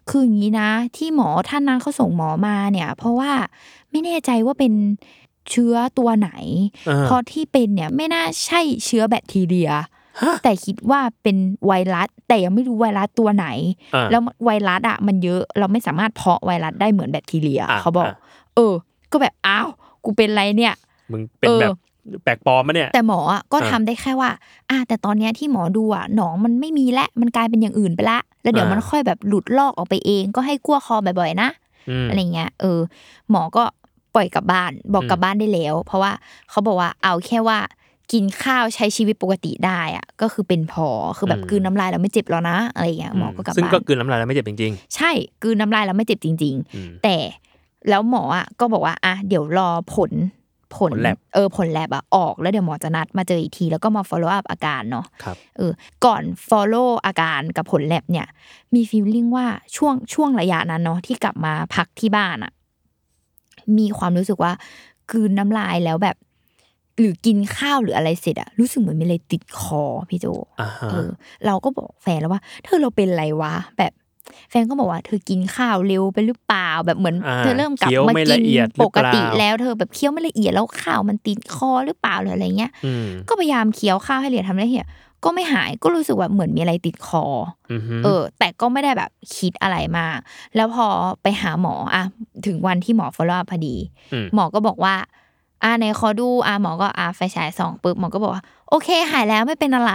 คืออย่างนี้นะ ที่หมอท่านนั้นเขาส่งหมอมาเนี่ย เพราะว่าไม่แน่ใจว่าเป็นเชื้อตัวไหน
อ่า
เพราะที่เป็นเนี่ยไม่น่าใช่เชื้อแบคทีเรีย แต่คิดว่าเป็นไวรัส แต่ยังไม่รู้ไวรัสตัวไหน
อ่า
แล้วไวรัสอ่ะมันเยอะเราไม่สามารถเพาะไวรัสได้เหมือนแบคทีเรีย
อ่ะ
เขาบอก
อ่ะ
เออ ก็แบบอ้าวกูเป็นไรเนี่ย
มึงเป็น
เออ
แบบ แปลกปลอมมะเนี่ย
แต่หมออะก็
อ่า
ทำได้แค่ว่าอ่ะแต่ตอนเนี้ยที่หมอดูอ่ะหนองมันไม่มีและมันกลายเป็นอย่างอื่นไปละ แล้วเดี๋ยว
อ่ามั
มันค่อยแบบหลุดลอกออกไปเอง ก็ให้กลัวคอบ่อยๆนะ
ม
อะไรเงี้ย เออ หมอก็ปล่อยกลับบ้าน บอก
อืม
กลับบ้านได้แล้ว เพราะว่าเขาบอกว่าเอาแค่ว่ากินข้าวใช้ชีวิตปกติได้อะก็คือเป็นพอ คือแบบกลืนน้ำลายแล้วไม่เจ็บแล้วนะ อะไรเงี้ย หมอก็กลับ
ซึ่ง
บ้า
ก็
น
กลืนน้ำลายแล้วไม่เจ็บจริง
ใช่ กลืนน้ำลายแล้วไม่เจ็บจริง ๆ
ๆอืม
แต่แล้วหมออ่ะก็บอกว่าอ่ะเดี๋ยวรอผลผล
ผล lab
เออผลแลบอ่ะออกแล้วเดี๋ยวหมอจะนัดมาเจออีกที แล้วก็มา follow up อาการเนาะ
ครับ
เออก่อน follow อาการกับผลแลบเนี่ย มีฟีลลิ่งว่าช่วงช่วงระยะนั้นเนาะที่กลับมาพักที่บ้านอ่ะมีความรู้สึกว่ากลืนน้ำลายแล้วแบบ หรือกินข้าวหรืออะไรเสร็จอะรู้สึกเหมือนมีอะไรติดคอพี่โจ
อ่าฮะ
เออเราก็บอกแฟนแล้วว่าเธอเราเป็นไรวะแบบ แฟนก็บอกว่าเธอกินข้าวเร็วไปหรือเปล่าแบบเหมือน
า
เธอเริ่มกลับ
คี้ยว
มา
ไม่
กิ
ละ
น
เอียดหรื
ป
อก เล่า
ติแล้วเธอแบบเคี้ยวไม่ละเอียดแล้วข้าวมันติดคอหรือเปล่าหรืออะไรเงี้ย
อืม
ก็พยายามเคี้ยวข้าวให้ละเอียดทำได้เหี้ยก็ไม่หายก็รู้สึกว่าเหมือนมีอะไรติดคอ
อืมฮึ
เออ แต่ก็ไม่ได้แบบคิดอะไรมาก แล้วพอไปหาหมออะถึงวันที่หมอ follow up พอดี
ม
หมอก็บอกว่า อ่าในคอดูอ่าหมอก็อ่าไฟฉายส่องปุ๊บหมอก็บอกว่าโอเค หายแล้วไม่เป็นอะไร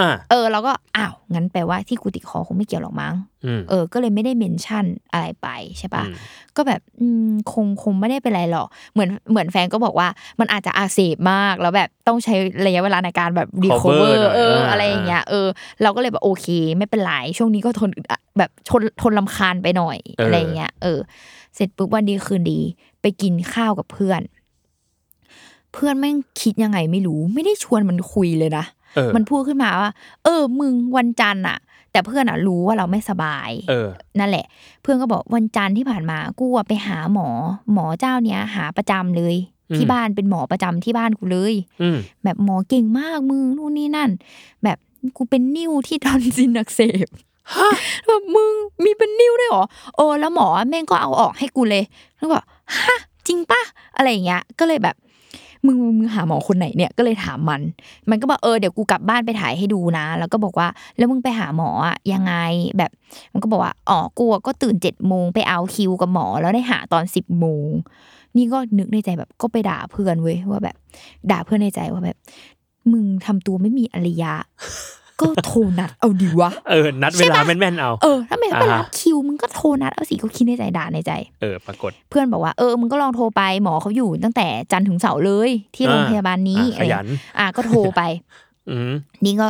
อ่า
เออเราก็อ้าวงั้นแปลว่าที่กูติดคอคงไม่เกี่ยวหรอกมั้ง
อืม
เออ ก็เลยไม่ได้เมนชั่นอะไรไปใช่ปะ
อืม
ก็แบบอืมคงคงไม่ได้เป็นไรหรอกเหมือนเหมือนแฟนก็บอกว่ามันอาจจะอาเสบมากแล้วแบบต้องใช้ระยะเวลาในการแบบรีคอเวอร์เอออะไรอย่างเงี้ยเออ เราก็เลยแบบโอเค ไม่เป็นไรช่วงนี้ก็ทนอึดอัดแบบทนทนลำคาญไปหน่อยอะไรอย่างเงี้ยเออ เสร็จปุ๊บวันดีคืนดี ไปกินข้าวกับเพื่อน เพื่อนแม่งคิดยังไงไม่รู้ ไม่ได้ชวนมันคุยเลยนะ
เออ
มันพูดขึ้นมาว่า เออ มึงวันจันทร์อะแต่เพื่อนอะรู้ว่าเราไม่สบาย
เออ
นั่นแหละ เพื่อนก็บอกวันจันทร์ที่ผ่านมา กูอะไปหาหมอ หมอเจ้าเนี้ยหาประจำเลย
อืม
ที่บ้านเป็นหมอประจำที่บ้านกูเลย
อืม
แบบหมอเก่งมากมึงนู่นนี่นั่น แบบกูเป็นนิ้วที่ตอนซินอักเสบ [laughs] แบบมึงมีเป็นนิ้วด้วยเหรอโอ้แล้วหมอแม่งก็เอาออกให้กูเลยแล้วก็ฮะจริงปะอะไรอย่างเงี้ย ก็เลยแบบมึงมึงมึงหาหมอคนไหนเนี่ยก็เลยถามมัน มันก็บอกเออเดี๋ยวกูกลับบ้านไปถ่ายให้ดูนะ แล้วก็บอกว่าแล้วมึงไปหาหมออะยังไงแบบ มันก็บอกว่าอ๋อกูอะก็ตื่นเจ็ดโมงไปเอาคิวกับหมอแล้วได้หาตอนสิบโมง นี่ก็นึกในใจแบบก็ไปด่าเพื่อนเว้ยว่าแบบ ด่าเพื่อนในใจว่าแบบ มึงทำตัวไม่มีอริยะ [laughs] ก็โทรนัดเอาดีวะ
เออ นัดเวลาแม่นๆเอา
เออถ้าไม่ไป
อ่าฮะ
รับคิวมึงก็โทรนัดเอาสิก็คิดในใจด่าในใจ
เออ ปรากฏ
เพื่อนบอกว่าเออมึงก็ลองโทรไปหมอเขาอยู่ตั้งแต่จันทร์ถึงเสาร์เลย ที่
อ่า
โรงพยาบาลนี้
อ่ะข
อะไร
ยัน
อ่ะก็โทรไป
อืม
นี่ก็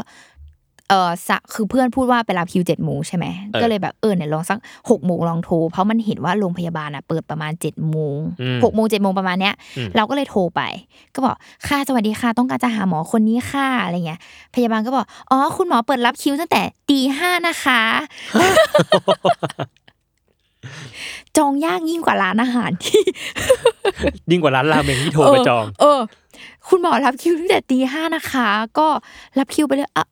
เออสะคือเพื่อนพูดว่าไปรับคิวเจ็ดโมงใช่ไหม
เออ
ก็เลยแบบเออเนี่ยลองสักหกโมงลองโทรเพราะมันเห็นว่าโรงพยาบาลอ่ะเปิดประมาณเจ็ดโมง
อืม
หกโมงเจ็ดโมงประมาณเนี้ย
อืม
เราก็เลยโทรไป ก็บอกค่ะสวัสดีค่ะ ต้องการจะหาหมอคนนี้ค่ะอะไรเงี้ยพยาบาลก็บอกอ๋อคุณหมอเปิดรับคิวตั้งแต่ตีห้านะคะ
[laughs]
จองยากยิ่งกว่าร้านอาหารที่
ยิ่งกว่าร้านราเมงที่โทรไปจอง
เออ คุณหมอรับคิวตั้งแต่ตีห้านะคะ ก็รับคิวไปเลยอ่ะ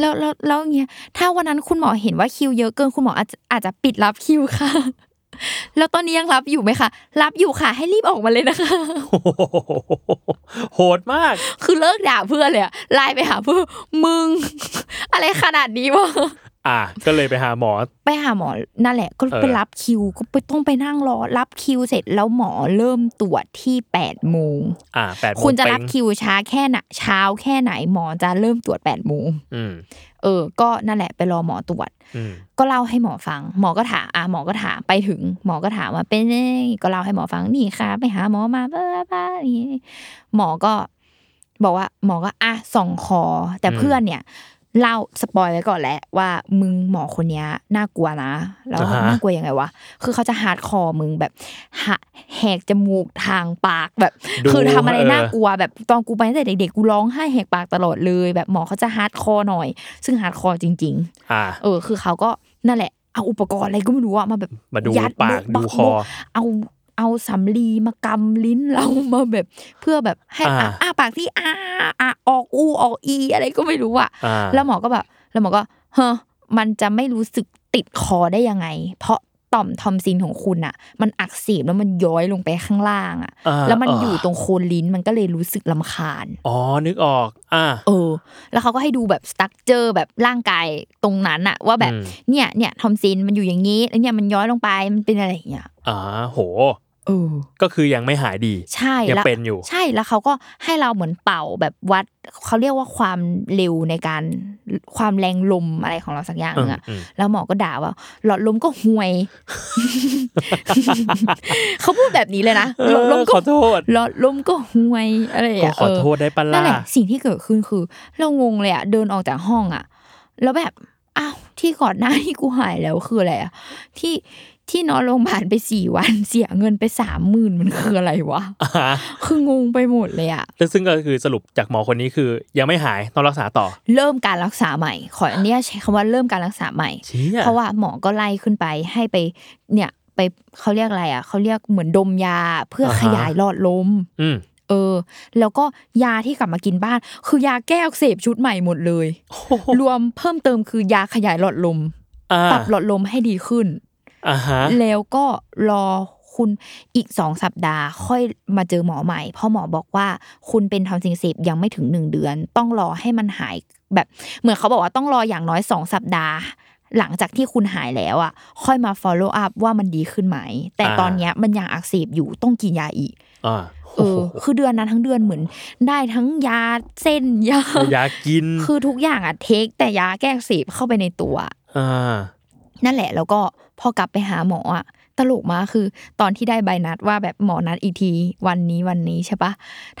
แล้วแล้วแล้วอย่างเงี้ยถ้าวันนั้นคุณหมอเห็นว่าคิวเยอะเกินคุณหมออาจจะอาจจะปิดรับคิวค่ะ [laughs] แล้วตอนนี้ยังรับอยู่ไหมคะ รับอยู่ค่ะ ให้รีบออกมาเลยนะคะ [laughs]
โอ้โหโหดมาก
คือเลิกด่าเพื่อนเลยอะไลน์ไปหาเพื่อนมึง [laughs] อะไรขนาดนี้วะ
อ่ะก็เลยไปหาหมอ
ไปหาหมอนั่นแหละ ก็
เออ
ไปรับคิวก็ไปต้องไปนั่งรอรับคิวเสร็จแล้วหมอเริ่มตรวจที่8ปดโมง
อ่ะแปดโมง
คุณจะรับ
เป๊ง
คิวช้าแค่ไหนเช้าแค่ไหนหมอจะเริ่มตรวจ8ปดโมง
อืม
เออ ก็นั่นแหละไปรอหมอตรวจ
อืม
ก็เล่าให้หมอฟัง หมอก็ถามอ่ะหมอก็ถามไปถึง หมอก็ถามว่าเป็นไงก็เล่าให้หมอฟังนี่ค่ะ ไปหาหมอมาบ้าบ้านี่หมอก็บอกว่า หมอก็อ่ะส่องคอ แต่
อืม
เพื่อนเนี่ย เล่าสปอยไว้ก่อนแหละว่ามึงหมอคนเนี้ยน่ากลัวนะ แล้ว
อ่าฮะ
น่ากลัวยังไงวะคือเขาจะฮาร์ดคอร์มึงแบบหะแหกจมูกทางปากแบบ
ดู
คือทำอะไร
เ
น่ากลัวแบบตอนกูไปตั้งแต่เด็กๆกูร้องไห้แหกปากตลอดเลย แบบหมอเขาจะฮาร์ดคอร์หน่อย ซึ่งฮาร์ดคอร์จริง ๆ
อ่ะ
เออคือเขาก็นั่นแหละเอาอุปกรณ์อะไรก็ไม่รู้อะมาแบบ
มาดู
ยั
ปาก
บ
ดู
ก
คอ
บกเอาเอาสำลีมากำลิ้นเรา มาแบบ เพื่อแบบให้อ่ะ
อ่า
อ้าปากที่อ้าอ่ะออกอูออกอีอะไรก็ไม่รู้อะ
อ่ะ
แล้วหมอก็แบบแล้วหมอก็เฮอมันจะไม่รู้สึกติดคอได้ยังไง เพราะต่อมทอมซินของคุณอะมันอักเสบแล้วมันย้อยลงไปข้างล่างอะ
อ่ะ
แล้วมัน
ะ
อยู่ตรงโคนลิ้นมันก็เลยรู้สึกลำคาญ
อ๋อ นึกออก อ่ะ
เออ แล้วเขาก็ให้ดูแบบสตั๊กเจอแบบร่างกายตรงนั้นอะว่าแบบ
อืม
เนี่ยเนี่ยทอมซินมันอยู่อย่างนี้แล้วเนี่ยมันย้อยลงไปมันเป็นอะไรอย่างเงี้ย
อ่าโห
เออ
ก็คือยังไม่หายดี
ใช่
ยัง
แล้ว
เป็นอยู่
ใช่แล้วเขาก็ให้เราเหมือนเป่าแบบวัดเขาเรียกว่าความเร็วในการความแรงลมอะไรของเราสักอย่างหนึงอะ
อืม
แล้วหมอก็ด่าว่า หลอดลมก็ห่วย [laughs] เขาพูดแบบนี้เลยนะ
เอ
หลอดล
อ
ม
ข
ก็
อโทษ
หลอดลมก็ห่วยอะไรอย่าง
ก็
เงี้ย
ขอโทษได้ปะ
เออนั่
ล่ะ
นแหละสิ่งที่เกิดขึ้นคือ เรางงเลยอะเดินออกจากห้องอะแล้วแบบอ้าวที่ก่อนหน้าที่กูหายแล้วคืออะไรอะที่ที่นอนโรงพยาบาลไปสี่วันเสียเงินไปสามหมื่นมันคืออะไรวะ
อ่าฮะ
คืองงไปหมดเลยอะ
แล้วซึ่งก็คือสรุปจากหมอคนนี้คือ ยังไม่หายต้องรักษาต่อ
เริ่มการรักษาใหม่ ขออันเนี้ยใช้คำว่าเริ่มการรักษาใหม่
เชี่ย
เพราะว่าหมอก็ไล่ขึ้นไปให้ไปเนี่ยไปเขาเรียกอะไรอะเขาเรียกเหมือนดมยาเพื่อขยายหลอดลม
อืม
เออ แล้วก็ยาที่กลับมากินบ้าน คือยาแก้อักเสบชุดใหม่หมดเลย
โอ้โห
รวมเพิ่มเติมคือยาขยายหลอดลม
อ่า
ปรับหลอดลมให้ดีขึ้น
อ่าฮะ
แล้วก็รอคุณอีกสองสัปดาห์ ค่อยมาเจอหมอใหม่เพราะหมอบอกว่าคุณเป็นทอนซิลเสพยังไม่ถึงหนึ่งเดือน ต้องรอให้มันหายแบบ เหมือนเขาบอกว่าต้องรออย่างน้อยสองสัปดาห์ หลังจากที่คุณหายแล้วอ่ะ ค่อยมา follow up ว่ามันดีขึ้นไหม แต่ตอนเนี้ยมันยังอักเสบอยู่ต้องกินยาอีก
อ่า
เออ คือเดือนนั้นทั้งเดือนเหมือน ได้ทั้งยาเส้นยา
อยากกิน
[laughs] คือทุกอย่างอ่ะเทคแต่ยาแก้อักเสบเข้าไปในตัว
อ่า
นั่นแหละแล้วก็พอกลับไปหาหมออะตลกมากคือตอนที่ได้ใบนัดว่าแบบหมอนัดอีกทีวันนี้วันนี้ใช่ปะ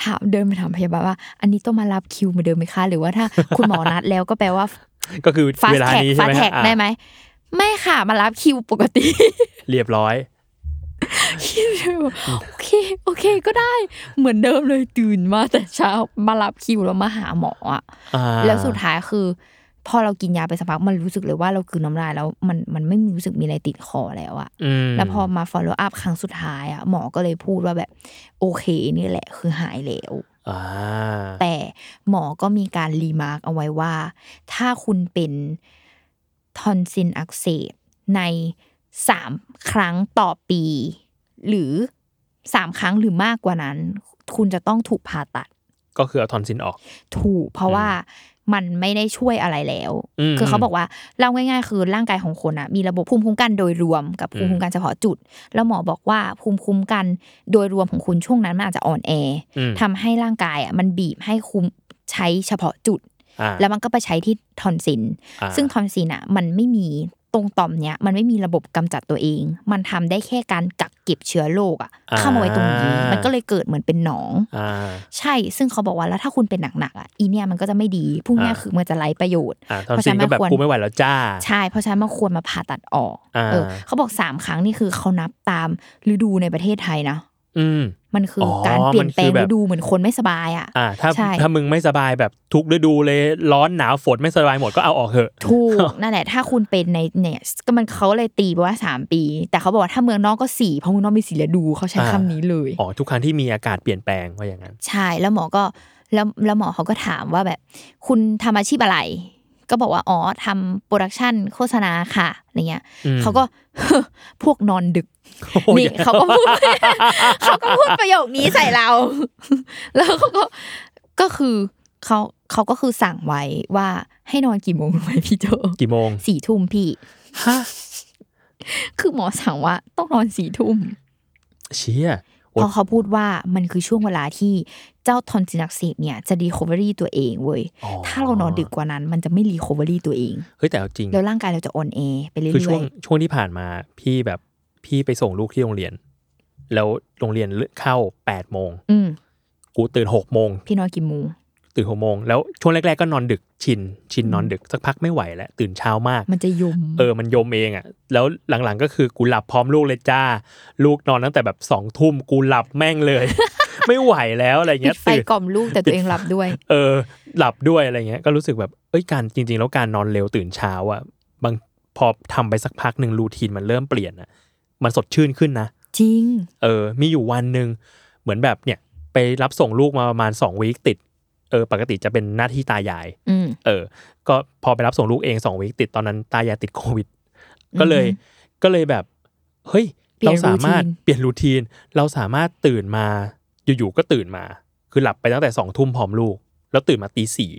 ถามเดินไปถามพยาบาลว่า อันนี้ต้องมารับคิวเหมาเดิมไหมคะ หรือว่าถ้า คุณหมอนัดแล้วก็แปลว่า
ก็คือ
ฟาส
[laughs] เวลา
แท็ก
นี้ใช่
ฟา
ไห
ส
ม
แท็ก
อ่ะ
ได้ไหมไม่ค่ะมารับคิวปกติ
เรียบร้อย
โอเคโอเคก็ได้เหมือนเดิมเลยตื่นมาแต่เช้ามารับคิวแล้วมาหาหมออะ
อ่า
แล้วสุดท้ายคือ พอเรากินยาไปสักพักมันรู้สึกเลยว่าเรากลืนน้ำลายแล้วมันมันไม่มีรู้สึกมีอะไรติดคอแล้วอะ
อืม
แล้วพอมา follow up ครั้งสุดท้ายอ่ะหมอก็เลยพูดว่าแบบ โอเคนี่แหละคือหายแล้ว
อ่า
แต่หมอก็มีการรีมาร์กเอาไว้ว่า ถ้าคุณเป็นทอนซิลอักเสบในสามครั้งต่อปี หรือสามครั้งหรือมากกว่านั้น คุณจะต้องถูกผ่าตัด
ก็คือเอาทอนซินออก
ถูก เพราะว่ามันไม่ได้ช่วยอะไรแล้ว
อืม
คือเขาบอกว่าเล่าง่าย ๆ คือร่างกายของคนอะมีระบบภูมิคุ้มกันโดยรวมกับ
อืม
ภูมิคุ้มกันเฉพาะจุด แล้วหมอบอกว่าภูมิคุ้มกันโดยรวมของคุณช่วงนั้นมันอาจจะอ่อนแอ
อืม
ทำให้ร่างกายอะมันบีบให้คุมใช้เฉพาะจุด
อ่า
แล้วมันก็ไปใช้ที่ทอนซิน
อ่า
ซึ่งทอนซินอะมันไม่มีตรงต่อมเนี้ยมันไม่มีระบบกำจัดตัวเอง มันทำได้แค่การกักเก็บเชื้อโรคอะเข้ามาไว้ตรงนี้ มันก็เลยเกิดเหมือนเป็นหนอง
อ่า
ใช่ ซึ่งเขาบอกว่าแล้วถ้าคุณเป็นหนักๆอ่ะอีเนี่ยมันก็จะไม่ดี พวกเนี้ย
อ่า
คือมันจะไร้ประโยชน์
อ่าทอนซินก็แบบ
เพราะฉะนั้นมันควร
กูไม่ไหวแล้วจ้า
ใช่ เพราะฉะนั้นมันควรมาผ่าตัดออก
อ่า
เออเขาบอกสามครั้งนี่คือเขานับตามฤดูในประเทศไทยนะ
อืม
มันคืออ
อ
การเปลี่ยนแปล
มัน
ง
คือแบบ
ฤดูเหมือนคนไม่สบายอ่ะ
อ่า ถ้า
ใช่
ถ้ามึงไม่สบายแบบทุกฤดูเลยร้อนหนาวฝนไม่สบายหมดก็เอาออกเถอะ
ถูก นั่นแหละ ถ้าคุณเป็นในเนี่ยก็มันเขาเลยตีไปว่าสามปี แต่เขาบอกว่าถ้าเมืองนอกก็สี่เพราะเมืองนอกมีสี่ฤดูเขาใช้
อ่า
คำนี้เลย
อ๋อทุกครั้งที่มีอากาศเปลี่ยนแปลงว่าอย่างนั้น
ใช่ แล้วหมอก็แล้วแล้วหมอเขาก็ถามว่าแบบ คุณทำอาชีพอะไร ก็บอกว่าอ๋อทำโปรดักชันโฆษณาค่ะอะไรเงี้ย
อืม
เขาก็ [laughs] พวกนอนดึก
โอ้ย
นี่เขาก็พูด [laughs] เขาก็พูดประโยคนี้ใส่เรา [laughs] แล้วเขาก็ก็คือเขาเขาก็คือสั่งไว้ว่าให้นอนกี่โมงรู้ไหมพี่โจ
กี่โมง
สี่ทุ่มพี่
ฮะ
คือหมอสั่งว่าต้องนอนสี่ทุ่ม
เชี่ย โอ๊ย
เพราะเขาพูดว่ามันคือช่วงเวลาที่เจ้าทอนซิลอักเสบเนี่ยจะรีค o เวอรี่ตัวเองเว้ย
อ๋อ
ถ้าเรานอนดึกกว่านั้น มันจะไม่รีค o เวอรี่ตัวเอง
เฮ้ยแต่เอาจริง
แล้วร่างกายเราจะอ่อนแอไปเรื่
คือช่ว
อง ย
ช่วงที่ผ่านมาพี่แบบพี่ไปส่งลูกที่โรงเรียน แล้วโรงเรียนเข้าแปดโมง
ๆอืม
กูตื่นหกโมง
พี่นอนกี่โมง
ตื่นหกโมงแล้วช่วงแรก ๆ ก็นอนดึกชิน ชินนอนดึกสักพักไม่ไหวแล้ว ตื่นเช้ามาก
มันจะยม
เออมันโยมเองอะ่ะ แล้วหลังๆก็คือกูหลับพร้อมลูกเลยจ้า ลูกนอนตั้งแต่แบบสองทุ่มกูหลับแม่งเลย [laughs] ไม่ไหวแล้วอะไร
ปิ
เงี้
ด
ย
ไฟ
ตื่น
กล่อมลูกแต่ตัวเองหลับด้วย
เออ หลับด้วยอะไรเงี้ยก็รู้สึกแบบเอ้ยการจริง ๆ แล้วการนอนเร็วตื่นเช้าอะ่ะบางพอทำไปสักพักหนึ่งรูทีนมันเริ่มเปลี่ยนอะ่ะ มันสดชื่นขึ้นนะ
จริง
เออ มีอยู่วันหนึ่งเหมือนแบบเนี่ย ไปรับส่งลูกมาประมาณสองวีคติด เออ ปกติจะเป็นหน้าที่ตายาย
อืม
เออ ก็พอไปรับส่งลูกเองสองวีคติดตอนนั้นตายายติดโควิด ก็เลย ก็เลยแบบ เฮ้ย
เปลี่
เรา
ยน
สามารถ
รูทีน
เปลี่ยนรูทีน เราสามารถตื่นมา อยู่ๆ ก็ตื่นมา คือหลับไปตั้งแต่สองทุ่มพร้อมลูก แล้วตื่นมาตีสี่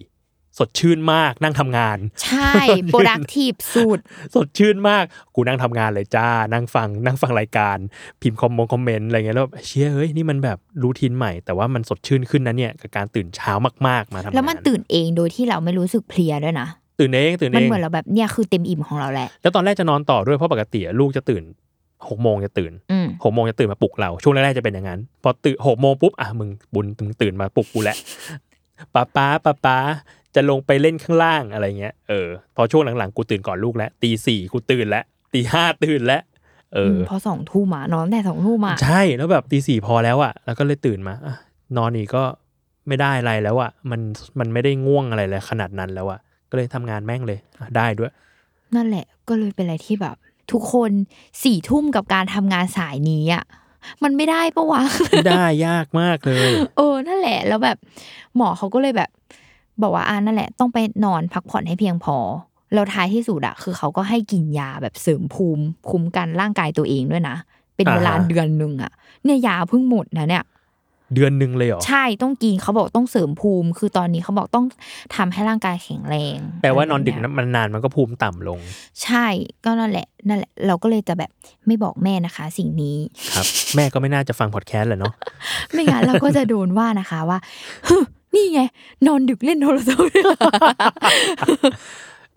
สดชื่นมากนั่งทำงาน [laughs]
ใช่ productive สุด
สดชื่นมาก กูนั่งทำงานเลยจ้า นั่งฟัง นั่งฟังรายการ พิมพ์คอมมงคอมเมนต์อะไรเงี้ยแล้วแบบเชี่ยเฮ้ย นี่มันแบบรูทีนใหม่ แต่ว่ามันสดชื่นขึ้นนะเนี่ย กับการตื่นเช้ามากๆ มาทำงาน
แล้วมันตื่นเองโดยที่เราไม่รู้สึกเพลียด้วยนะ
ตื่นเอง ตื่น
มั
เอน ง
เหมือนเราแบบเนี่ยคือเต็มอิ่มของเราแหละ
แล้วตอนแรกจะนอนต่อด้วย เพราะปกติอะลูกจะตื่นหกโมงจะตื่น
อืม
หกโมงจะตื่นมาปลุกเรา ช่วงแรกๆจะเป็นอย่างนั้น พอตื่นหกโมงปุ๊บ อ่ะ มึงบุญมึงตื่นมาปลุกกูแหละ [laughs] ป้าป้าป้าป้าจะลงไปเล่นข้างล่างอะไรเงี้ย เออ พอช่วงหลังๆ กูตื่นก่อนลูกแล้วตีสี่กูตื่นแล้วตีห้าตื่นแล้วเอออ
พอสองทุ่มอะนอนตั้งแต่สองทุ่มอะ
ใช่แล้วแบบตีสี่พอแล้วอะแล้วก็เลยตื่นมาอะนอนอีกก็ไม่ได้อะไรแล้วอะมันมันไม่ได้ง่วงอะไรเลยขนาดนั้นแล้วอะก็เลยทำงานแม่งเลยอ่ะได้ด้วย [laughs]
นั่นแหละ ก็เลยเป็นอะไรที่แบบ ทุกคนสี่ทุ่มกับการทำงานสายนี้อะมันไม่ได้ปะวะ [laughs]
ไม่ได้ยากมากเลย
เออ นั่นแหละ แล้วแบบหมอเขาก็เลยแบบ บอกว่าอ่านั่นแหละ ต้องไปนอนพักผ่อนให้เพียงพอ แล้วท้ายที่สุดอะคือเขาก็ให้กินยาแบบเสริมภูมิคุ้มกันร่างกายตัวเองด้วยนะ เป็นเวลา
อ่าฮะ
เดือนหนึ่งอะเนี่ยยาเพิ่งหมดนะเนี่ย
เดือนหนึ่งเลยเหรอ
ใช่ต้องกินเขาบอกต้องเสริมภูมิ คือตอนนี้เขาบอกต้องทำให้ร่างกายแข็งแรง
แปลว่านอนดึก
ะไรแบบเย
นะมันนานมันก็ภูมิต่ำลง
ใช่ก็นั่นแหละนั่นแหละ เราก็เลยจะแบบไม่บอกแม่นะคะ สิ่งนี้ [laughs]
ครับ [laughs] แม่ก็ไม่น่าจะฟังพอดแคสต์แหละเนาะ [laughs]
ไม่งั้นเราก็จะโดนว่านะคะว่าฮึนี่ไง นอนดึกเล่นโท [laughs] รศัพท์ด้วยเหรอ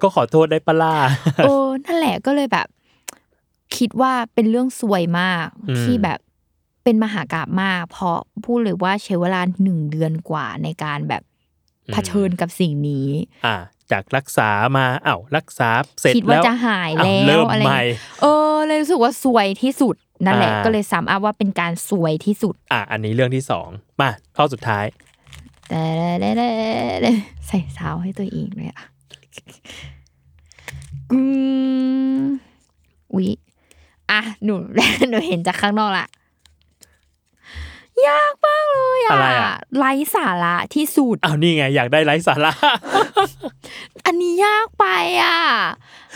ก็ขอโทษได้ปะ [laughs] ล่า
โอ้นั่นแหละก็เลยแบบ คิดว่าเป็นเรื่องซวยมาก
อืม
ที่แบบเป็นมหากราบมาก เพราะพูดเลยว่าใช้เวลาหนึ่งเดือนกว่าในการแบบเผชิญกับสิ่งนี้
อ่ะจากรักษามาอ้าวรักษาเสร็จ
คิดว่า
แล้ว
จะหาย
อ้าว
แล้
เริ่
ว
ม
อะไร
ใหม่
เออเลยรู้สึกว่าซวยที่สุดนั่นแหละ
อ่า
ก็เลยสามอัพว่าเป็นการซวยที่สุด
อ่ะอันนี้เรื่องที่สองมาข้อสุดท้าย
แต่ใส่ซาวให้ตัวเองเลยอ่ะอืมอุ๊ยอ่ะ หนู [laughs] หนูเห็นจากข้างนอกละ ยากมากเลยอ่ะ
อะไรอะ
ไร้สาระที่สุด
อ้าวนี่ไงอยากได้ไร้สาระ
อันนี้ยากไปอ่ะ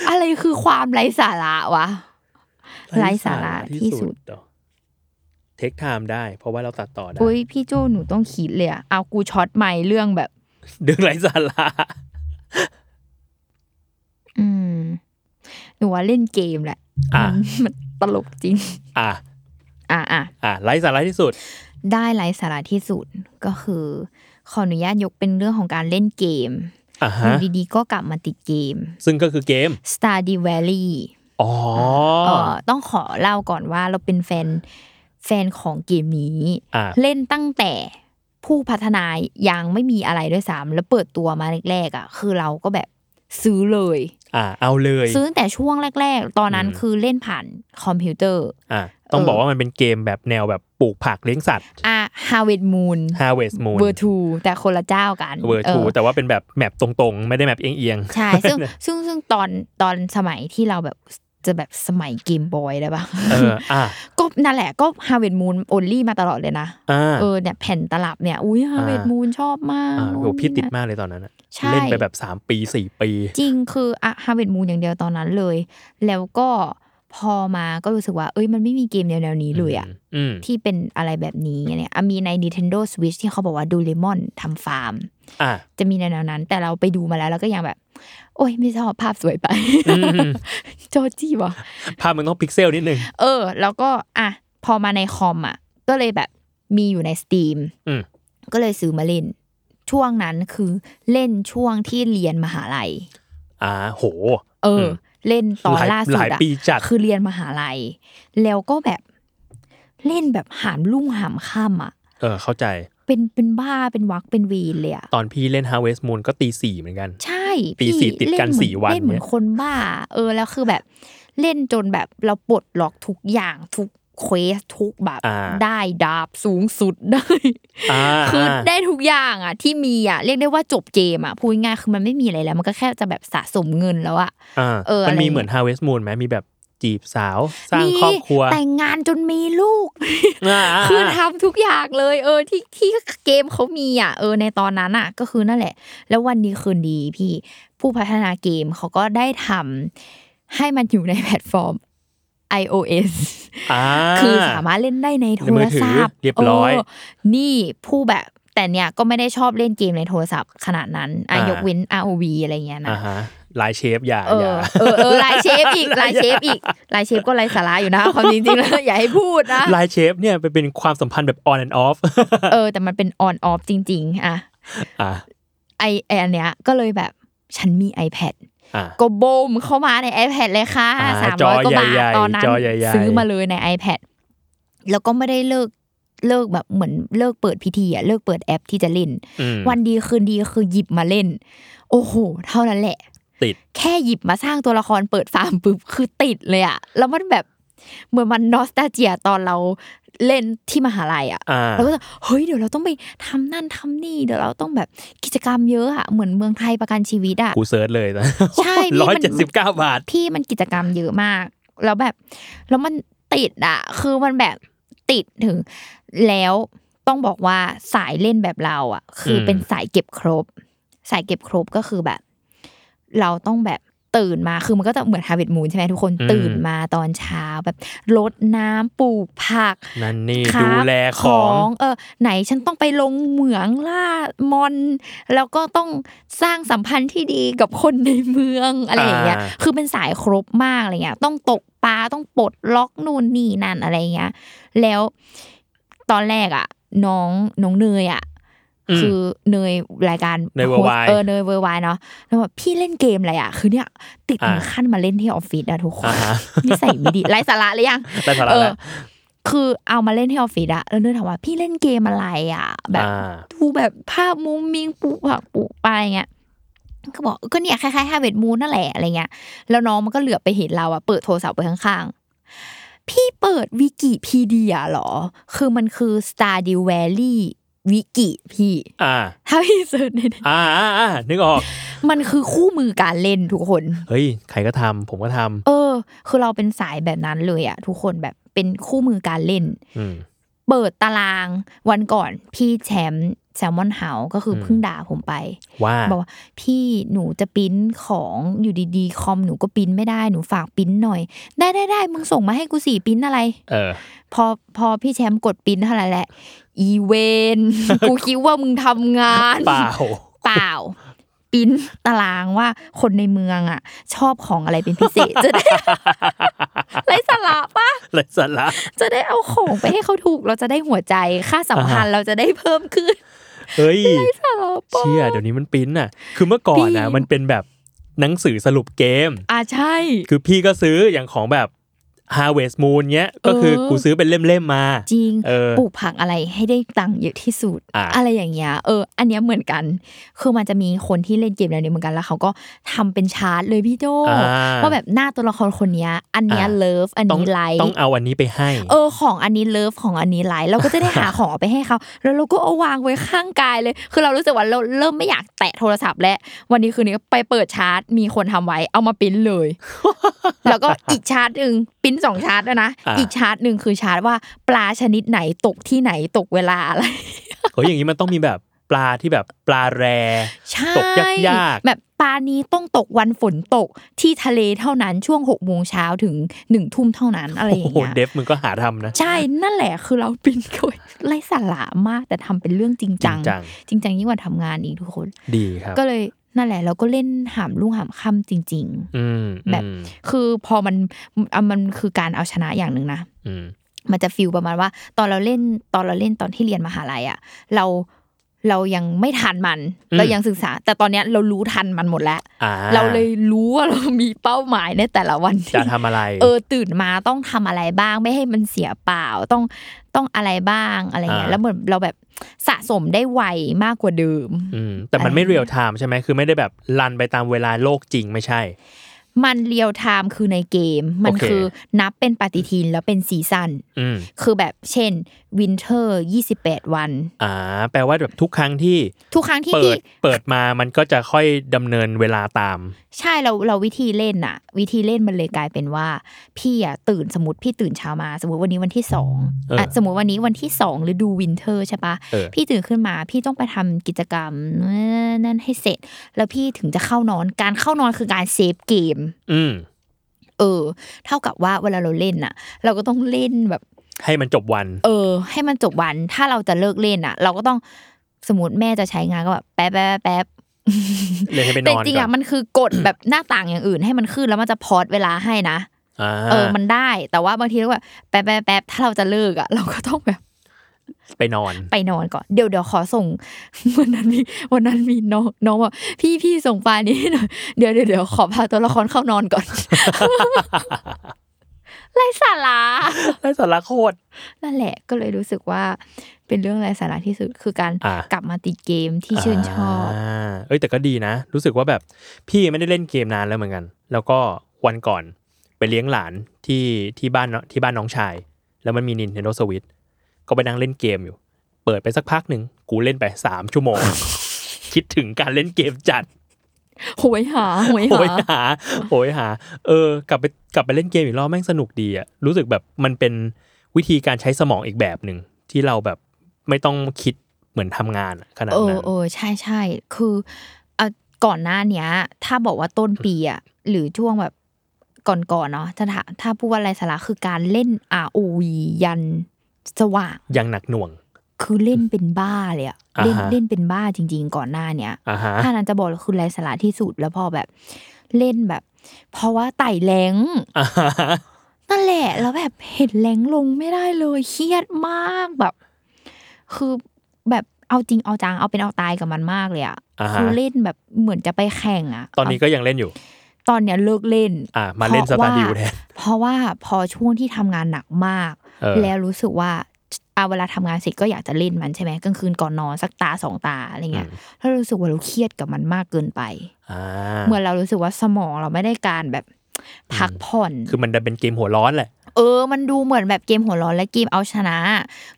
อะไรคือความไร้สาระวะ [laughs] ไร้สาระที่สุด
เทคไทม์ได้ เพราะว่าเราตัดต่อได้
อุ้ยพี่โจหนูต้องคิดเลยอ่ะ เอากูช็อตใหม่เรื่องแบบ
เรื่องไร้สาระ
อืม หนูว่าเล่นเกมแหละ
อ่ะ
มันมันตลกจริง
อ่ะ
อ่ะอ่ะ
อ่ะไร้สาระที่สุด
ได้ไร้สาระที่สุดก็คือ ขออนุญาตยกเป็นเรื่องของการเล่นเกม
อ่ะ
อ
ฮะ
ยู่ดีๆก็กลับมาติดเกม
ซึ่งก็คือเกม
Stardew Valley
อ๋อ
เอ่อต้องขอเล่าก่อนว่าเราเป็นแฟนแฟนของเกมนี้
อ่ะ
เล่นตั้งแต่ผู้พัฒนายังไม่มีอะไรด้วยซ้ำแล้วเปิดตัวมาแรกๆอ่ะคือเราก็แบบซื้อเลย
อ่ะเอาเลย
ซื้อตั้งแต่ช่วงแรก ๆ ตอนนั้น
อืม
คือเล่นผ่านคอมพิวเตอร์
อ่ะต้อง
เออ
บอกว่ามันเป็นเกมแบบแนวแบบปลูกผักเลี้ยงสัตว์
อ่ะ Harvest Moon
Harvest Moon
เวอร์ทูแต่คนละเจ้ากัน
เวอร์
อ
ทู
อ
แต่ว่าเป็นแบบแมปตรงๆ ไม่ได้แมปเอียงๆ
ใช่
[laughs]
ซึ่ง ซึ่งซึ่งตอนตอนสมัยที่เราแบบจะแบบสมัยเกมบอยได้ปะ
เอ
[laughs]
ออ่ะ
ก็นั่นแหละก็ฮาเวิร์ดมูนโอลลี่มาตลอดเลยนะ
อ่ะ
เออเนี่ยแผ่นตลับเนี่ย อุ้ยฮาเวิร์ด
อ่า
มูนชอบมาก
อ่ะ
นู่น
โหพี่ติด
นี่นะ
มากเลยตอนนั้นอะ
ใช่
เล่นไปแบบ 3 ปี 4 ปี
จริงคืออะฮาเวิร์ดมูนอย่างเดียวตอนนั้นเลย แล้วก็พอมาก็รู้สึกว่า เอ้ยมันไม่มีเกมแนวๆนี้เลยอะ
อืม
ที่เป็นอะไรแบบนี้เนี่ยอ่ะมีใน Nintendo Switch ที่เขาบอกว่าดูเลมอนทำฟาร์ม
อ่ะ
จะมีแนวๆนั้น แต่เราไปดูมาแล้วเราก็ยังแบบ โอ้ยไม่ชอบภาพสวยไป
อืม
[laughs] จอจี้วะ
ภาพมันต้องพิกเซลนิดนึง
เออ แล้วก็อ่ะพอมาในคอมอ่ะ ก็เลยแบบมีอยู่ในสต e ีม
อืม
ก็เลยซื้อมาเล่น ช่วงนั้นคือเล่นช่วงที่เรียนมหาลัย
อ่าโห
เอออ
ม
เล่นตอ
ห
น
ลาย
ล่าสุดอะ
หลายปีจัด
คือเรียนมหาลัย แล้วก็แบบเล่นแบบหามลุ่งหามค่ำอ่ะ
เออ เข้าใจ
เป็นเป็นบ้าเป็นวักเป็นวีนเลยอ่ะ
ตอนพี่เล่น Harvest Moon ก็ตีสี่เหมือนกัน
ใช่
ตี
พี่
สี่ติดกัน
เล่เหมือ
สี่วัน
เล่นเหมือน
เนี่ย
คนบ้า เออ แล้วคือแบบ เล่นจนแบบเราปลดล็อกทุกอย่างทุกเควสทุกแบบ
อ่า
ได้ดาบสูงสุดได้
อ่า
คืออา ได้ทุกอย่างอ่ะ ที่มีอ่ะเรียกได้ว่าจบเกมอ่ะพูดง่ายๆคือมันไม่มีอะไรแล้ว มันก็แค่จะแบบสะสมเงินแล้วอ่ะ
อ่า
เออ
มัน
อะไร
มีเหมือน Harvest Moon ไหมมีแบบจีบสาวสร้างครอบครัว
มีแต่งงานจนมีลูก
าา
คือทำทุกอย่างเลย เออที่ที่เกมเขามีอ่ะเออในตอนนั้นอ่ะ ก็คือนั่นแหละ แล้ววันดีคืนดีพี่ผู้พัฒนาเกมเขาก็ได้ทำให้มันอยู่ในแพลตฟอร์ม iOS
อ่า
คือสามารถเล่นได้ในโท
ในมื
ร
อถือ
ศัพท์
เรียบร้อย
เนี่ผู้แบบ แต่เนี่ยก็ไม่ได้ชอบเล่นเกมในโทรศัพท์ขนาดนั้นอ่ะ
อ่าย
ยกเว้น ROV อะไรเงี้ยนะ
อ่าฮะลายเชฟอย่า
เออย่
อา
เออเออลายเชฟ
[laughs]
อีกลายเชฟอีกลายเชฟก็ลายสาระอยู่นะความจริงๆแล้วอย่าให้พูดนะ
[laughs] ลายเชฟเนี่ยไปเป็นความสัมพันธ์แบบ on and off [laughs]
เออ แต่มันเป็นออนออฟจริง ๆ อ่ะ
อ่า
ไอไออันเนี้ยก็เลยแบบฉันมี iPad
อ่า
ก็โบมเข้ามาใน iPad เลยค่ะ
อ่า
สาม
จ
ร้
อ
อยกว่าบาท
ใหญ่ๆ
ตอนนั้น
จอใหญ่ๆ
ซื้อมาเลยใน iPad แล้วก็ไม่ได้เลิกเลิกแบบเหมือนเลิกเปิดพิธีอะเลิกเปิดแอปที่จะเล่น
อืม
วันดีคืนดีคือหยิบมาเล่น โอ้โห เท่านั้นแหละ
ติด
แค่หยิบมาสร้างตัวละครเปิดฟาร์มปุ๊บคือติดเลยอะแล้วมันแบบเหมือนมันนอสตาเจียตอนเราเล่นที่มหาลัยอะ
อ่า
เราก็จะเฮ้ยเดี๋ยวเราต้องไปทำนั่นทำนี่เดี๋ยวเราต้องแบบกิจกรรมเยอะอะเหมือนเมืองไทยประกันชีวิตอะ
กูเซิร์ชเลยนะ
ใช่พี่
[laughs] ร้อย
มัน
เจ็ดสิบเก้าบาท
พี่มันกิจกรรมเยอะมาก แล้วแบบแล้วมันติดอะคือมันแบบติดถึง แล้วต้องบอกว่าสายเล่นแบบเราอะคืออ
ม
เป็นสายเก็บครบ สายเก็บครบก็คือแบบ เราต้องแบบตื่นมาคือมันก็จะเหมือนฮาวิตมูนใช่ไหมทุกคนตื่นมาตอนเช้าแบบรดน้ำปลูกผัก
นั่นนี่
ครับ
ดูแลของ
เออ ไหนฉันต้องไปลงเหมืองล่ามอน แล้วก็ต้องสร้างสัมพันธ์ที่ดีกับคนในเมืองอะไรอย่างเงี้ย
อ่า
คือเป็นสายครบมากอะไรเงี้ย ต้องตกปลาต้องปลดล็อกนู่นนี่นั่นอะไรเงี้ย แล้วตอนแรกอ่ะ น้องน้องเนยอ่ะ
อืม
คือเนยรายการ
เนยเวอร์ไวด์
เออเนยเวอร์ไวด์เนาะแล้วแบบพี่เล่นเกมอะไรอ่ะ คือเนี่ย ติดถึง
อ่า
ขั้นมาเล่นที่ออฟฟิศอะทุกคน
อ่าฮะ
นิสัยไม่ดีไร้สาระหรือยัง
ได้สาระ
เออ
แล้ว
คือเอามาเล่นที่ออฟฟิศอะแล้วเนื่องถามว่าพี่เล่นเกมอะไรอะแบบ
อ่า
ดูแบบภาพมุมมิงปลูกผักปลูกปลาอย่างเงี้ยก็บอกก็เนี่ยคล้ายๆฮาเวดมูนนั่นแหละอะไรเงี้ยแล้วน้องมันก็เหลือบไปเห็นเราอะเปิดโทรศัพท์ไปข้างๆ พี่เปิดวิกิพีเดียเหรอ คือมันคือ Stardew Valley วิกิพี่
อ่า
ถ้าพี่เสิร์ชในนั้น
อ่าอ่าอ่านึกออก
มันคือคู่มือการเล่นทุกคน
เฮ้ย ใครก็ทำผมก็ทำ
เออ คือเราเป็นสายแบบนั้นเลยอะทุกคนแบบเป็นคู่มือการเล่น
อืม
เปิดตารางวันก่อนพี่แชมป์แซลมอนเฮาก็คืออ
ม
เพิ่งด่าผมไป
ว่า
บอกว่าพี่หนูจะปริ้นของอยู่ดีๆ คอมหนูก็ปริ้นไม่ได้หนูฝากปริ้นหน่อย ได้ได้ได้มึงส่งมาให้กูสี่ปริ้นอะไร
เออ
พอพอพี่แชมป์กดปริ้นเท่านั้นแหละ อีเวน [laughs] กูคิดว่ามึงทำงาน
[laughs] เปล่า
เปล่าปริ้นตารางว่าคนในเมืองอ่ะ ชอบของอะไรเป็นพิเศษ จะได้ [laughs] ไรสาระปะ
ไรสาระ
จะได้เอาของไปให้เขาถูก เราจะได้หัวใจค่าสัมพันธ์เราจะได้เพิ่มขึ้น
เฮ้ย
สารปอ
เชี่ย เดี๋ยวนี้มันปริ้นน่ะ คือเมื่อก่อนนะ
ปริ้น
มันเป็นแบบหนังสือสรุปเกม
อ่าใช่
คือพี่ก็ซื้ออย่างของแบบ Harvest Moon เนี้ย ก็คือ
เออ
กูซื้อเป็นเล่มๆมา
จริง
เออ
ปลูกผักอะไรให้ได้ตังค์เยอะที่สุด
อ่ะ
อะไรอย่างเงี้ยเออ อันเนี้ยเหมือนกัน คือมันจะมีคนที่เล่นเกมแนวนี้เหมือนกันแล้วเขาก็ทำเป็นชาร์ตเลยพี่โจ
อ่า
ว่าแบบหน้าตัวละครคนเนี้ย อันเนี้ย
อ่ะ
เลิฟอัน
ต้อง
นี้ไลค์
ต้องเอาอันนี้ไปให้
เออของอันนี้เลิฟของอันนี้ไลค์เราก็จะได้หา ของเอาไปให้เขา [laughs] แล้วเราก็เอาวางไว้ข้างกายเลย คือเรารู้สึกว่าเราเริ่มไม่อยากแตะโทรศัพท์แล้ววันนี้คืนนี้ไปเปิดชาร์ตมีคนทำไว้เอามาปริ้น
[laughs]
เลย แล้วก็อีกชาร์ตหนึ่งปริ้นสองชาร์ตด้วยนะ
อ่า
อีกชาร์ตหนึ่งคือชาร์ตว่าปลาชนิดไหนตกที่ไหนตกเวลาอะไร
เฮ้ยอย่างนี้มันต้องมีแบบปลาที่แบบปลาแร
ใช่
[laughs] ตกยากๆ
แบบปลานี้ต้องตกวันฝนตกที่ทะเลเท่านั้นช่วงหกโมงเช้าถึงหนึ่งทุ่มเท่านั้นอะไรอ
โอ้
ย่าง
โห
เงี้ย
เดฟมึงก็หาทำนะ
ใช่นั่นแหละคือเราปริ้นโดยไร้สาระมากแต่ทำเป็นเรื่องจริงจัง
จริงจัง
จริงจังยิ่งกว่าทำงานอีกทุกคน
ดีครับ
ก็เลยนั่นแหละเราก็เล่นหามลูกหามค่ำจริง
อืม
แบบ
อืม
ๆ คือพอมันอ่ะมันคือการเอาชนะอย่างหนึ่งนะ
อืม
มันจะฟิลประมาณว่า ตอนเราเล่นตอนเราเล่นตอนที่เรียนมหาลัยอะเราเรายังไม่ทันมัน
อืม
เรายังศึกษา แต่ตอนเนี้ยเรารู้ทันมันหมดแล้ว
อ่า
เราเลยรู้ว่าเรามีเป้าหมายในแต่ละวัน
จะ
ที่
ทำอะไร
เออตื่นมาต้องทำอะไรบ้างไม่ให้มันเสียเปล่าต้องต้องอะไรบ้างอะไรเงี้ย
อ่า
แล้วเหมือนเราแบบสะสมได้ไวมากกว่าเดิม
มแต่มัน
อะไร
ไม่เรียลไทม์ใช่ไหมคือไม่ได้แบบรันไปตามเวลาโลกจริงไม่ใช่
มันเรียลไทม์คือในเกม มัน
โอเค
คือนับเป็นปฏิทินแล้วเป็นซีซัน
อืม
คือแบบเช่นวินเทอร์28 วัน
อ่า แปลว่าแบบทุกครั้งที่
ทุกครั้งที่
เปิ
ที่
ดเปิดมามันก็จะค่อยดำเนินเวลาตาม
ใช่เราเราวิธีเล่นน่ะ วิธีเล่นมันเลยกลายเป็นว่า พี่อ่ะตื่นสมมติพี่ตื่นเช้ามา สมมติวันนี้วันที่สอง
เอออ่
ะสมมติวันนี้วันที่สองฤดูวินเทอร์ใช่ปะ
เออ
พี่ตื่นขึ้นมาพี่ต้องไปทำกิจกรรมนั่นให้เสร็จ แล้วพี่ถึงจะเข้านอนการเข้านอนคือการเซฟเกม
อืม
เออ เท่ากับว่าเวลาเราเล่นน่ะ เราก็ต้องเล่นแบบ
ให้มันจบวัน
เออ ให้มันจบวันถ้าเราจะเลิกเล่นอ่ะ เราก็ต้อง สมมติแม่จะใช้งานก็แบบแป๊บแป๊บแป๊บ
เลยให้ไปนอน
แต่จริงๆ
ก่อ
อ่ะ
น
มันคือกด แบบหน้าต่างอย่างอื่นให้มันขึ้นแล้วมันจะพอดเวลาให้นะ
า
เออมันได้แต่ว่าบางทีก็แบบแป๊บแป๊บแป๊บถ้าเราจะเลิกอ่ะ [laughs] เราก็ต้องแบบ
ไปนอน
ไปนอนก่อนเดี๋ยวเดี๋ยวขอส่ง [laughs] วันนั้นมีวันนั้นมีน้องน้องว่าพี่พี่ส่งไฟล์นี้ให้หน่อย [laughs] เดี๋ยวเดี๋ยวเดี๋ยวขอพาตัวละครเข้านอน
[laughs]
ก่อน ไรสาระ
ไร้สาระโคตร
นั่นแหละก็เลยรู้สึกว่าเป็นเรื่องไรสาระที่สุดคือการ
อ่ะ
กลับมาติดเกมที่ชื่นชอบ
าเอ้ยแต่ก็ดีนะ รู้สึกว่าแบบพี่ไม่ได้เล่นเกมนานแล้วเหมือนกัน แล้วก็วันก่อนไปเลี้ยงหลานที่ที่บ้านเนอะที่บ้านน้องชาย แล้วมันมี Nintendo Switch ก็ไปนั่งเล่นเกมอยู่ เปิดไปสักพักหนึ่งกูเล่นไปสามชั่วโมง [laughs] คิดถึงการเล่นเกมจัด
หวยหาหวย
โห
หาย
หาโหยหา เออ กลับไปกลับไปเล่นเกมอีกรอบแม่งสนุกดีอะรู้สึกแบบมันเป็นวิธีการใช้สมองอีกแบบหนึ่งที่เราแบบไม่ต้องคิดเหมือนทำงานอะขนาด
เออ
นั้น
เออใช่ใช่คือเอาก่อนหน้าเนี้ย ถ้าบอกว่าต้นปีอะหรือช่วงแบบก่อนๆเนาะถ้าถามถ้าพูดว่าอะไรสาระคือการเล่น ROV ยันสว่าง
ยังหนักหน่วง
คือเล่นเป็นบ้าเลยอะ
อ่าฮะ
เล่นเล่นเป็นบ้าจริง ๆ ก่อนหน้าเนี้ย
อ่าฮะ
ถ้านั้นจะบอกเลยคือไรสาระที่สุดแล้วพอแบบเล่นแบบ เพราะว่าไต่แรง
อ่าฮะ
นั่นแหละแล้วแบบเห็นแรงลงไม่ได้เลยเครียดมากแบบ คือแบบเอาจริงเอาจังเอาเป็นเอาตายกับมันมากเลยอะ
อ่าฮะ
คือเล่นแบบเหมือนจะไปแข่งอะ
[laughs] ตอนนี้ก็ยังเล่นอยู่
ตอนเนี้ยเลิกเล่น
อ่า มาเล่น
เพ
ส
ราะ
ตา
ว่า
ร์ดิวแทน
เพราะว่าพอช่วงที่ทำงานหนักมาก
เออ
แล้วรู้สึกว่าเอาเวลาทำงานเสร็จก็อยากจะเล่นมันใช่ไหมกลางคืนก่อนนอนสักตาสองตาอะไรเงี้ยแล้วรู้สึกว่าเราเครียดกับมันมากเกินไป
อ่า
เหมือนเรารู้สึกว่าสมองเราไม่ได้การแบบพักผ่อน
คือมันจะเป็นเกมหัวร้อนแหละ
เออ มันดูเหมือนแบบเกมหัวร้อนและเกมเอาชนะ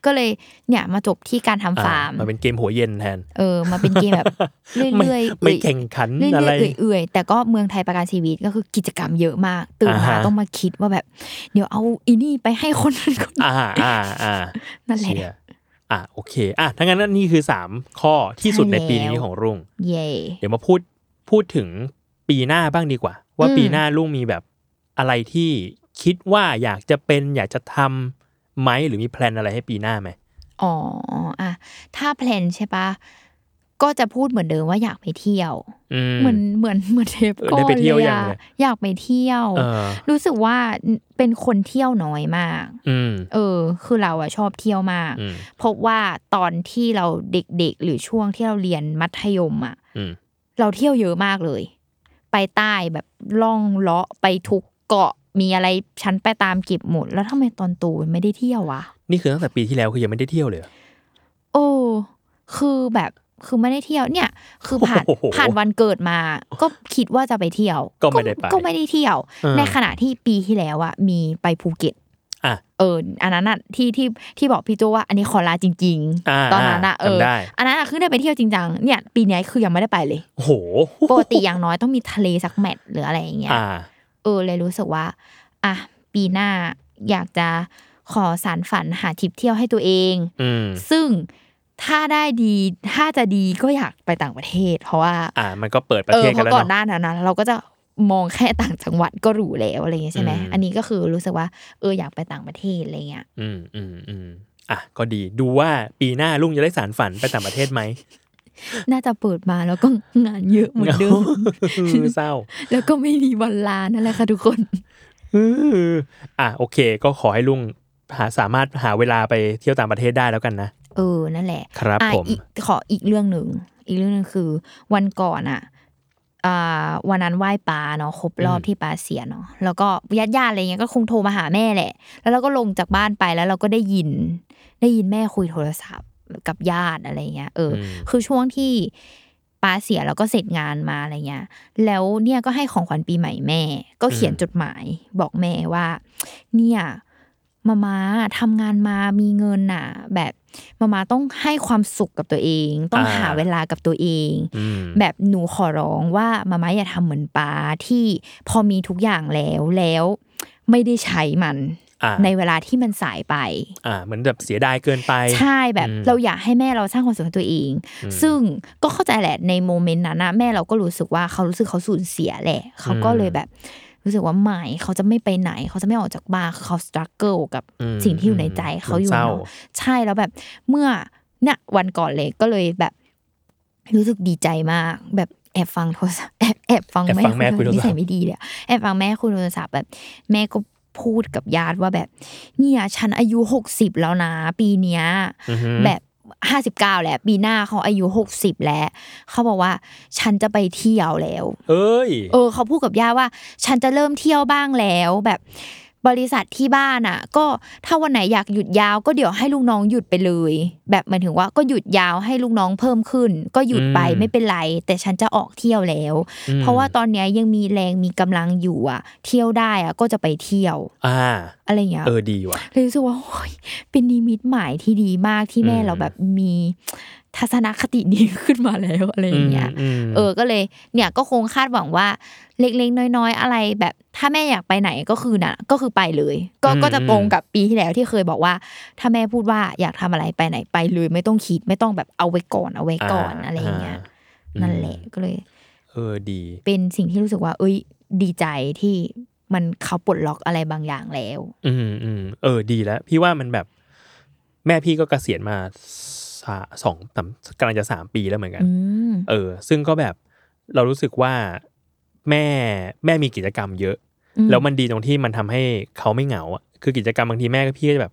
ก็เลยเนี่ยมาจบที่การทำ
อ่า
ฟาร์ม
มันเป็นเกมหัวเย็นแทน
เออมาเป็นเก [laughs] มแบบเรื่อยๆ
ไม่
เอื่อย
ไม่แข่งขัน
เรื่
อะไร
อยๆเอื่อยๆแต่ก็เมืองไทยประกันชีวิตก็คือกิจกรรมเยอะมาก ตื่นมา
อ่าฮะ
ต้องมาคิดว่าแบบ เดี๋ยวเอาอีนี่ไปให้คนนั้นคนนี้
อ่าอ่าอ่า
นั่นแหละ
เชียร์อ่ะโอเค อ่ะถ้างั้นนี่คือ 3 ข้อที่สุดใน
ใช่แล้ว
ปีนี้ของรุ่ง
เย่
เดี๋ยวมาพูดพูดถึงปีหน้าบ้างดีกว่า ว่า
อืม
ปีหน้ารุ่งมีแบบอะไรที่คิดว่าอยากจะเป็นอยากจะทำไหมหรือมีแพลนอะไรให้ปีหน้าไหม
อ๋ออ่ะถ้าแพลนใช่ปะก็จะพูดเหมือนเดิมว่าอยากไปเที่ยว
อืม
เหมือนเหมือนเหมือนเทป
เออ
ก่อน
ได้ไปเที่ยว
เลย
ยัง
อะ
เนี่ย
อยากไปเที่ยว
เออ
รู้สึกว่าเป็นคนเที่ยวน้อยมาก
อืม
เออ คือเราอะชอบเที่ยวมาก
อืม
พบว่าตอนที่เราเด็กๆ หรือช่วงที่เราเรียนมัธยมอะ
อืม
เราเที่ยวเยอะมากเลย ไปใต้แบบล่องเลาะไปทุกเกาะมีอะไรฉันไปตามเก็บหมด แล้วทำไมตอนโตูไม่ได้เที่ยววะ
นี่คือตั้งแต่ปีที่แล้วคือยังไม่ได้เที่ยวเลยเหรอ
โอ้คือแบบคือไม่ได้เที่ยวเนี่ย คือผ่าน
โอ้โห
ผ่านวันเกิดมา ก็คิดว่าจะไปเที่ยว
ก็ไม่ได้ไป
ก็ไม่ได้เที่ยว
เออ
ในขณะที่ปีที่แล้วอะมีไปภูเก็ต
อ่ะ
เอออันนั้นอะที่ที่ที่บอกพี่โจว่า อันนี้ขอลาจริง
อ่า
ตอนนั้นอะ
อ่า
เออ
จำได้
อันนั้นอะคือได้ไปเที่ยวจริงจังเนี่ย ปีนี้คือยังไม่ได้ไปเลย
โอ้โห
ปกติอย่างน้อยต้องมีทะเลสักแมตช์หรืออะไรอย่างเงี้ย
อ่า
เออเลยรู้สึกว่า อ่ะ ปีหน้าอยากจะขอสารฝันหาทริปเที่ยวให้ตัวเอง
อืม
ซึ่งถ้าได้ดีถ้าจะดีก็อยากไปต่างประเทศ เพราะว่า
อ่า มันก็เปิดประ
เอ
เท
อ
ศ
เพ
กัน
ราะ
แล้ว
ก่อนห
เนาะ
น้านั้นนะเราก็จะมองแค่ต่างจังหวัดก็หรูแล้วอะไรอย่างเงี้ยใช่ไหม
อืม
อันนี้ก็คือรู้สึกว่าเอออยากไปต่างประเทศอะไรเงี้ย
อืมอืมอืมอ่ะก็ดีดูว่าปีหน้าลุงจะได้สารฝันไปต่างประเทศไหม
น่าจะเปิดมาแล้วก็งานเยอะเหมือนเดิม
[laughs] เศร้า
แล้วก็ไม่มีวันลานั่นแหละค่ะทุกคน
อ่ะโอเค ก็ขอให้ลุงหาสามารถหาเวลาไปเที่ยวต่างประเทศได้แล้วกันนะ
เออนั่นแหละ
ครับ
อ่ะ
ผม
อีกขออีกเรื่องหนึ่งอีกเรื่องหนึ่งคือ วันก่อนอ่ะอ่าวันนั้นไหว้ปลาเนาะครบรอบ
อืม
ที่ปลาเสียเนาะแล้วก็ญาติญาติๆอะไรเงี้ยก็คงโทรมาหาแม่แหละ แล้วเราก็ลงจากบ้านไปแล้วเราก็ได้ยิน ได้ยินแม่คุยโทรศัพท์กับญาติอะไรเงี้ยเอออ
ม
คือช่วงที่ปาเสียแล้วก็เสร็จงานมาอะไรเงี้ย แล้วเนี่ยก็ให้ของขวัญปีใหม่แม่ ก็เขียนจดหมายบอกแม่ว่า เนี่ยมามาทำงานมามีเงินน่ะ แบบมามาต้องให้ความสุขกับตัวเอง ต้อง
อ่า
หาเวลากับตัวเอง
อืม
แบบหนูขอร้องว่ามามาอย่าทำเหมือนปาที่พอมีทุกอย่างแล้วแล้วไม่ได้ใช้มัน
อ่า
ในเวลาที่มันสายไป
อ่า เหมือนแบบเสียดายเกินไป
ใช่แบบ
อืม
เราอยากให้แม่เราสร้างความสุขให้ตัวเอง
อืม
ซึ่งก็เข้าใจแหละในโมเมนต์นั้นนะแม่เราก็รู้สึกว่าเขารู้สึกเขาสูญเสียแหละ เขาก็เลยแบบ รู้สึกว่าไม่เขาจะไม่ไปไหน เขาจะไม่ออกจากบ้านเขาสตรัคเกิลกับ
อืม
สิ่งที่อยู่ในใจ
อืม
เขาอยู่
เศร้า
เนาะใช่แล้วแบบเมื่อ เนี่ยวันก่อนเลยก็เลยแบบรู้สึกดีใจมาก แบบแอบฟังโทรศัพท์ [laughs] แอบแอบฟัง
แอบฟังแม่คุยโทรศัพท์
นิสัยไม่ดีเลยอะแอบฟังแม่คุยโทรศัพท์แบบ แม่ก็พูดกับญาติว่าแบบ เนี่ยฉันอายุหกสิบแล้วนะ ปีเนี้ย
อือฮึ
แบบห้าสิบเก้าแหละ ปีหน้าเขาอายุหกสิบแล้ว เขาบอกว่าฉันจะไปเที่ยวแล้ว
เอ้ย
เออเขาพูดกับย่าว่า ฉันจะเริ่มเที่ยวบ้างแล้วแบบบริษัทที่บ้านอ่ะ ก็ถ้าวันไหนอยากหยุดยาวก็เดี๋ยวให้ลูกน้องหยุดไปเลย แบบหมายถึงว่าก็หยุดยาวให้ลูกน้องเพิ่มขึ้น ก็หยุดไป
อืม
ไม่เป็นไร แต่ฉันจะออกเที่ยวแล้ว
อืม
เพราะว่าตอนเนี้ยยังมีแรงมีกำลังอยู่อ่ะ เที่ยวได้อ่ะก็จะไปเที่ยว
อ่า
อะไรอย่างเงี้ย
เออดีว่ะ
เลยรู้สึกว่าโอ๊ยเป็นนิมิตหมายที่ดีมากที่แม่
อืม
เราแบบมีทัศนคตินี้ขึ้นมาแล้วอะไรอย่างเงี้ย
มม
เออก็เลยเนี่ยก็คงคาดหวังว่าเล็กๆ น้อย ๆ อะไรแบบ ถ้าแม่อยากไปไหนก็คือน่ะ ก็คือไปเลย ก็ก็จะตรงกับปีที่แล้วที่เคยบอกว่า ถ้าแม่พูดว่าอยากทำอะไรไปไหนไปเลย ไม่ต้องคิดไม่ต้องแบบเอาไว้ก่อนเอาไว้ก่อนอะไรอย่างเงี้ย
า
นั่นแหละ
อืม
ก็เลย
เออดี
เป็นสิ่งที่รู้สึกว่า เอ้ยดีใจที่มันเขาปลดล็อกอะไรบางอย่างแล้ว
อืมอืมเออดีแล้ว พี่ว่ามันแบบ แม่พี่ก็เกษียณมาสาสองสามกำลังจะสามปีแล้วเหมือนกัน
อืม
เออ ซึ่งก็แบบเรารู้สึกว่าแม่แม่มีกิจกรรมเยอะ
อืม
แล้วมันดีตรงที่มันทำให้เขาไม่เหงาอะคือกิจกรรมบางทีแม่กับพี่ก็จะแบบ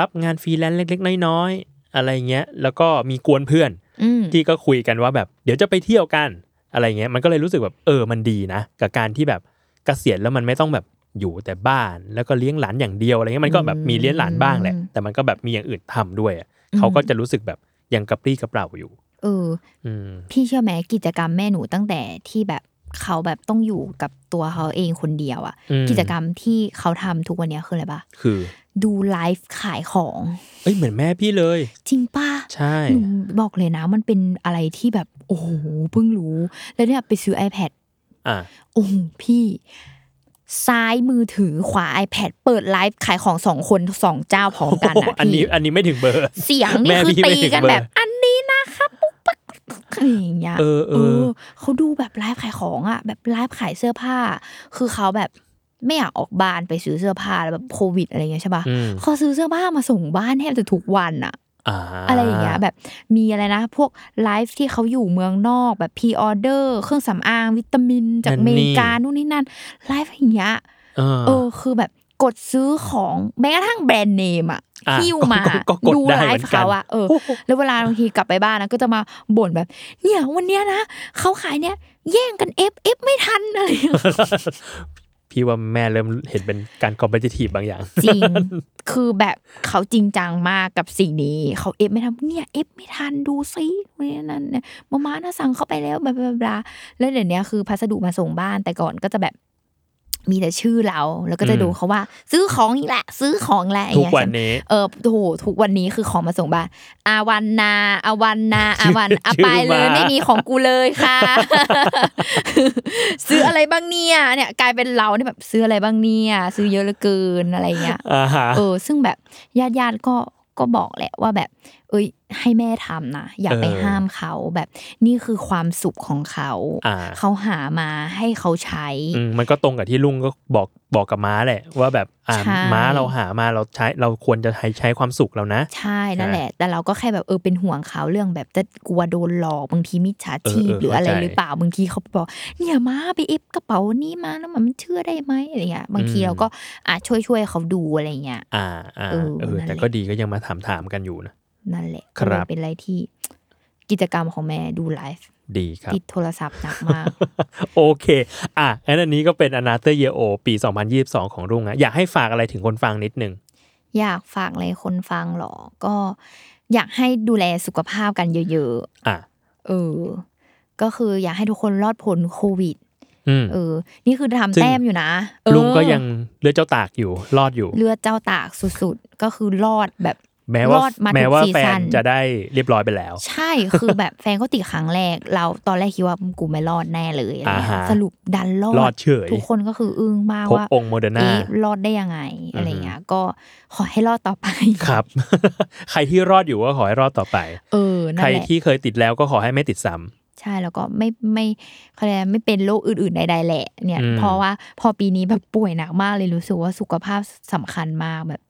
รับงานฟรีแลนซ์เล็ก ๆ น้อยๆอะไรเงี้ย แล้วก็มีกวนเพื่อน
อืม
ที่ก็คุยกันว่าแบบเดี๋ยวจะไปเที่ยวกันอะไรเงี้ยมันก็เลยรู้สึกแบบเออมันดีนะ กับการที่แบบเกษียณแล้วมันไม่ต้องแบบอยู่แต่บ้านแล้วก็เลี้ยงหลานอย่างเดียวอะไรเงี้ยมันก็แบบมีเลี้ยงหลานบ้างแหละ
อืม
แต่มันก็แบบมีอย่างอื่นทำด้วยอะเขาก็จะรู้สึกแบบยังกระปรี้กระเปร่าอยู่
เออ
อืม
พี่เชื่อไหมกิจกรรมแม่หนูตั้งแต่ที่แบบเขาแบบต้องอยู่กับตัวเขาเองคนเดียวอะ
อืม
กิจกรรมที่เขาทำทุกวันเนี้ยคืออะไรปะ
คือ
ดูไลฟ์ขายของ
เอ้ยเหมือนแม่พี่เลย
จริงป้า
ใช่
หนูบอกเลยนะมันเป็นอะไรที่แบบ โอ้โหเพิ่งรู้ แล้วเนี่ยไปซื้อ iPad
อ่ะ
โอ้โหพี่ ซ้ายมือถือขวา iPad เปิดไลฟ์ขายของสองคนสองเจ้าพร้อมกัน
โอ้
อะ
โหอันนี้
พี่
อันนี้ไม่ถึงเบอร์
เสียง
แม่
นี่คือ
พี่ไม่
ตี
ถึง
กัน
เบอร์
แบบอันนี้นะครับปุ๊บปั๊บอะไรอย่างเงี้ย
เออเออ
เขาดูแบบไลฟ์ขายของอ่ะ แบบไลฟ์ขายเสื้อผ้า คือเขาแบบไม่อยากออกบ้านไปซื้อเสื้อผ้าแล้วแบบโควิดอะไรเงี้ยใช่ปะ
อืม
เขาซื้อเสื้อผ้ามาส่งบ้านแทบจะทุกวันอ่ะ
อ่า
อะไรอย่างเงี้ยแบบมีอะไรนะ พวกไลฟ์ที่เขาอยู่เมืองนอกแบบพรีออเดอร์ เครื่องสำอางวิตามิน จากอเมริกานู่นนี่นั่นไลฟ์อย่างเงี้ย
เออ
เออคือแบบกดซื้อของแม้กระทั่งแบรนด์เนมอะ
อ่ะ
หิ้วมา
ก็ก็ก็กด
ดู
ได้
ไล
เหมือน
ฟ์
กัน
เขาอะเออ แล้วเวลาบางทีกลับไปบ้านนะก็จะมาบ่นแบบ เนี่ยวันเนี้ยนะเขาขายเนี่ยแย่งกันเอฟเอฟไม่ทันอะไรอย่างเงี้ย
พี่ว่าแม่เริ่มเห็นเป็นการคอมเพลตีฟบางอย่าง
จริง คือแบบเขาจริงจังมากกับสิ่งนี้เขาเอฟไม่ทันเนี่ยเอฟไม่ทันดูซิเนี่ยนั่นเนี่ยมาม่าน่าสั่งเข้าไปแล้วบลาบลาบลาแล้วเดี๋ยวนี้คือพัสดุมาส่งบ้านแต่ก่อนก็จะแบบมีแต่ชื่อเรา แล้วก็จะดูเขาว่า ซื้อของอีกแหละ ซื้อของอีกแหละอ
ทุ
ย่าง
ก
เงี้ย
วันนี้
เออโหทุกวันนี้คือของมาส่งบ้านอาวันนาอาวันนา
[laughs]
อาวันอา
ชื่อ
ไปเลย
มา
ไม่มีของกูเลยค่ะ
[laughs]
ซื้ออะไรบ้างเนี่ยเนี่ยกลายเป็นเราเนี่ยแบบซื้ออะไรบ้างเนี่ยซื้อเยอะเหลือเกินอะไรเงี้ย
อ่าฮะ
เออ ซึ่งแบบญาติญาติๆก็ก็บอกแหละว่าแบบ เอ้ย ให้แม่ทำนะอย่าไป
เออ
ห้ามเขาแบบนี่คือความสุขของเขา
อ่า
เขาหามาให้เขาใช้
อืมมันก็ตรงกับที่ลุงก็บอกบอกกับม้าแหละ ว่าแบบอ่า
ใช่
ม้าเราหามาเราใช้เราควรจะใช้ใช้ความสุขเรานะ
ใช่นั่น
ใช่
แหละ แต่เราก็แค่แบบเออเป็นห่วงเขาเรื่องแบบจะกลัวโดนหลอกบางทีมิจฉาชีพ
เออเออ
หรืออะไร
เข้าใจ
หรือเปล่าบางทีเขาบอกเนี่ยมาไปเอฟกระเป๋านี้มาแล้วมันเชื่อได้ไหมอะไรเงี้ยบางที
อืม
เราก็อ่ะช่วยช่วยๆเขาดูอะไรเงี้ย
อ่าอ่า
เออ
เออ
นั่นแหละ
แต่ก็ดีก็ยังมาถามถามๆกันอยู่นะ
นั่นแหละ
ครับ
ก็เลยเป็นอะไรที่ กิจกรรมของแม่ดูไลฟ์
ดีครับ
ติดโทรศัพท์หนักมาก
โอเค อ่ะงั้นอันนี้ก็เป็น Another Year O ปี 2022 ของรุ่งอะอยากให้ฝากอะไรถึงคนฟังนิดนึง
อยากฝากอะไรคนฟังหรอ ก็ อยากให้ดูแลสุขภาพกันเยอะ
อ่ะ
ๆเออ ก็คืออยากให้ทุกคนรอดพ้นโควิด
อืม
เออ นี่คือทำ
ซึ่ง
แต้มอยู่นะเออ
ลุงก็ยังเลือดเจ้าตากอยู่ รอดอยู่
เลือดเจ้าตากสุดๆ ก็คือรอดแบบ
แม้ว่าร
อดมาทุก
แม้ว่า
ซีซั่น
แฟนจะได้เรียบร้อยไปแล้ว
ใช่คือแบบแฟนก็ติดครั้งแรก เราตอนแรกคิดว่ากูไม่รอดแน่เลยอะไรเงี้
อ่าย ฮะ
สรุปดันรอด
รอดเฉย
ทุกคนก็คืออึ้งมาก
พบ
ว่า
องค์โมเดอร์นา
อ๊ะรอดได้ยังไงอะไรเงี้ยก็ขอให้รอดต่อไป
ครับ [laughs] ใครที่รอดอยู่ก็ขอให้รอดต่อไป
เออนั่
ใคร
นแหละ
ที่เคยติดแล้วก็ขอให้ไม่ติดซ้ำ
ใช่แล้วก็ไม่ไม่เขาเรียกอะไรไม่เป็นโรคอื่นๆใดๆแหละ เนี่ย
อืม
เพราะว่าพอปีนี้แบบป่วยหนักมากเลยรู้สึกว่าสุขภาพสำคัญมากแบบ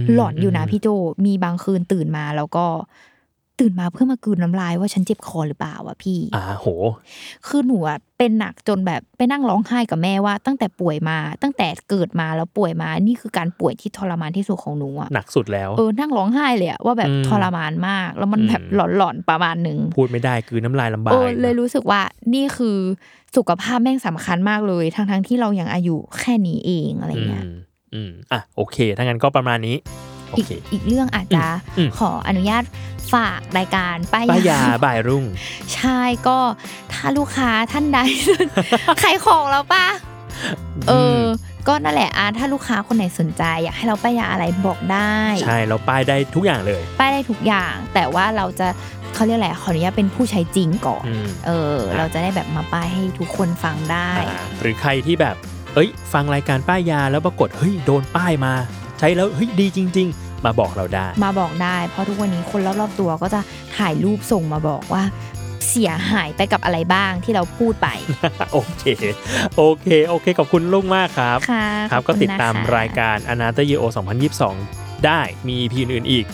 ม
หลอนอยู่นะพี่โจมีบางคืนตื่นมาแล้วก็ ตื่นมาเพื่อมากลืนน้ำลายว่าฉันเจ็บคอหรือเปล่าวะพี่
อ่าโห
คือหนูอะเป็นหนักจนแบบไปนั่งร้องไห้กับแม่ว่า ตั้งแต่ป่วยมาตั้งแต่เกิดมาแล้วป่วยมานี่คือการป่วยที่ทรมานที่สุดของหนูอะ
หนักสุดแล้ว
เออนั่งร้องไห้เลยอะว่าแบบ
อืม
ทรมานมาก แล้วมัน
อืม
แบบหลอนๆประมาณหนึ่ง
พูดไม่ได้คือน้ำลายลำบา
เอย อเลยรู้สึกว่านี่คือสุขภาพแม่งสำคัญมากเลยทั้งๆที่เรายังอายุแค่นี้เองอะไร
อื
เงี้ย
มอืมอ่ะโอเค ถ้างั้นก็ประมาณนี้ โอ
อีก
เค
อีกเรื่องอาจจะ
อืม
ขออนุญาตฝากรายการป้าย
ป้ายาย
า
บ่ายรุ่ง
ใช่ก็ถ้าลูกค้าท่านใด [laughs] ขายของแล้วปะเอออ ก็นั่นแหละอ่ะถ้าลูกค้าคนไหนสนใจ อยากให้เราป้ายยาอะไรบอกได้
ใช่เราป้ายได้ทุกอย่างเลย
ป้ายได้ทุกอย่าง แต่ว่าเราจะเขาเรียกอะไรขออนุญาตเป็นผู้ใช้จริงก่อน
อืม
เออ เราจะได้แบบมาป้ายให้ทุกคนฟังได้
อ่าหรือใครที่แบบ เอ้ย ฟังรายการป้ายยาแล้วปรากฏ เฮ้ย โดนป้ายมา ใช้แล้ว เฮ้ย ดีจริง ๆ มาบอกเราได้
มาบอกได้ เพราะทุกวันนี้คนรอบๆตัวก็จะถ่ายรูปส่งมาบอกว่า เสียหายไปกับอะไรบ้างที่เราพูดไป
โอเค โอเค โอเค ขอบคุณลุงมากครับ
ค่ะ
ครับ
ข
ก็
อณ
ติดตาม
นะคะ
รายการ a n a t h e r Year 2022 ได้ มี EP อื่นๆอีก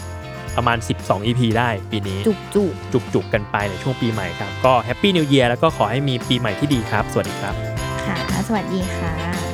ประมาณ 12 EP ได้ปีนี้
จุกจุกๆ
จุกจุกๆกันไปในช่วงปีใหม่ครับ ก็แฮปปี้นิวเยียร์แล้วก็ขอให้มีปีใหม่ที่ดีครับ สวัสดีครับ
ค่ะ สวัสดีค่ะ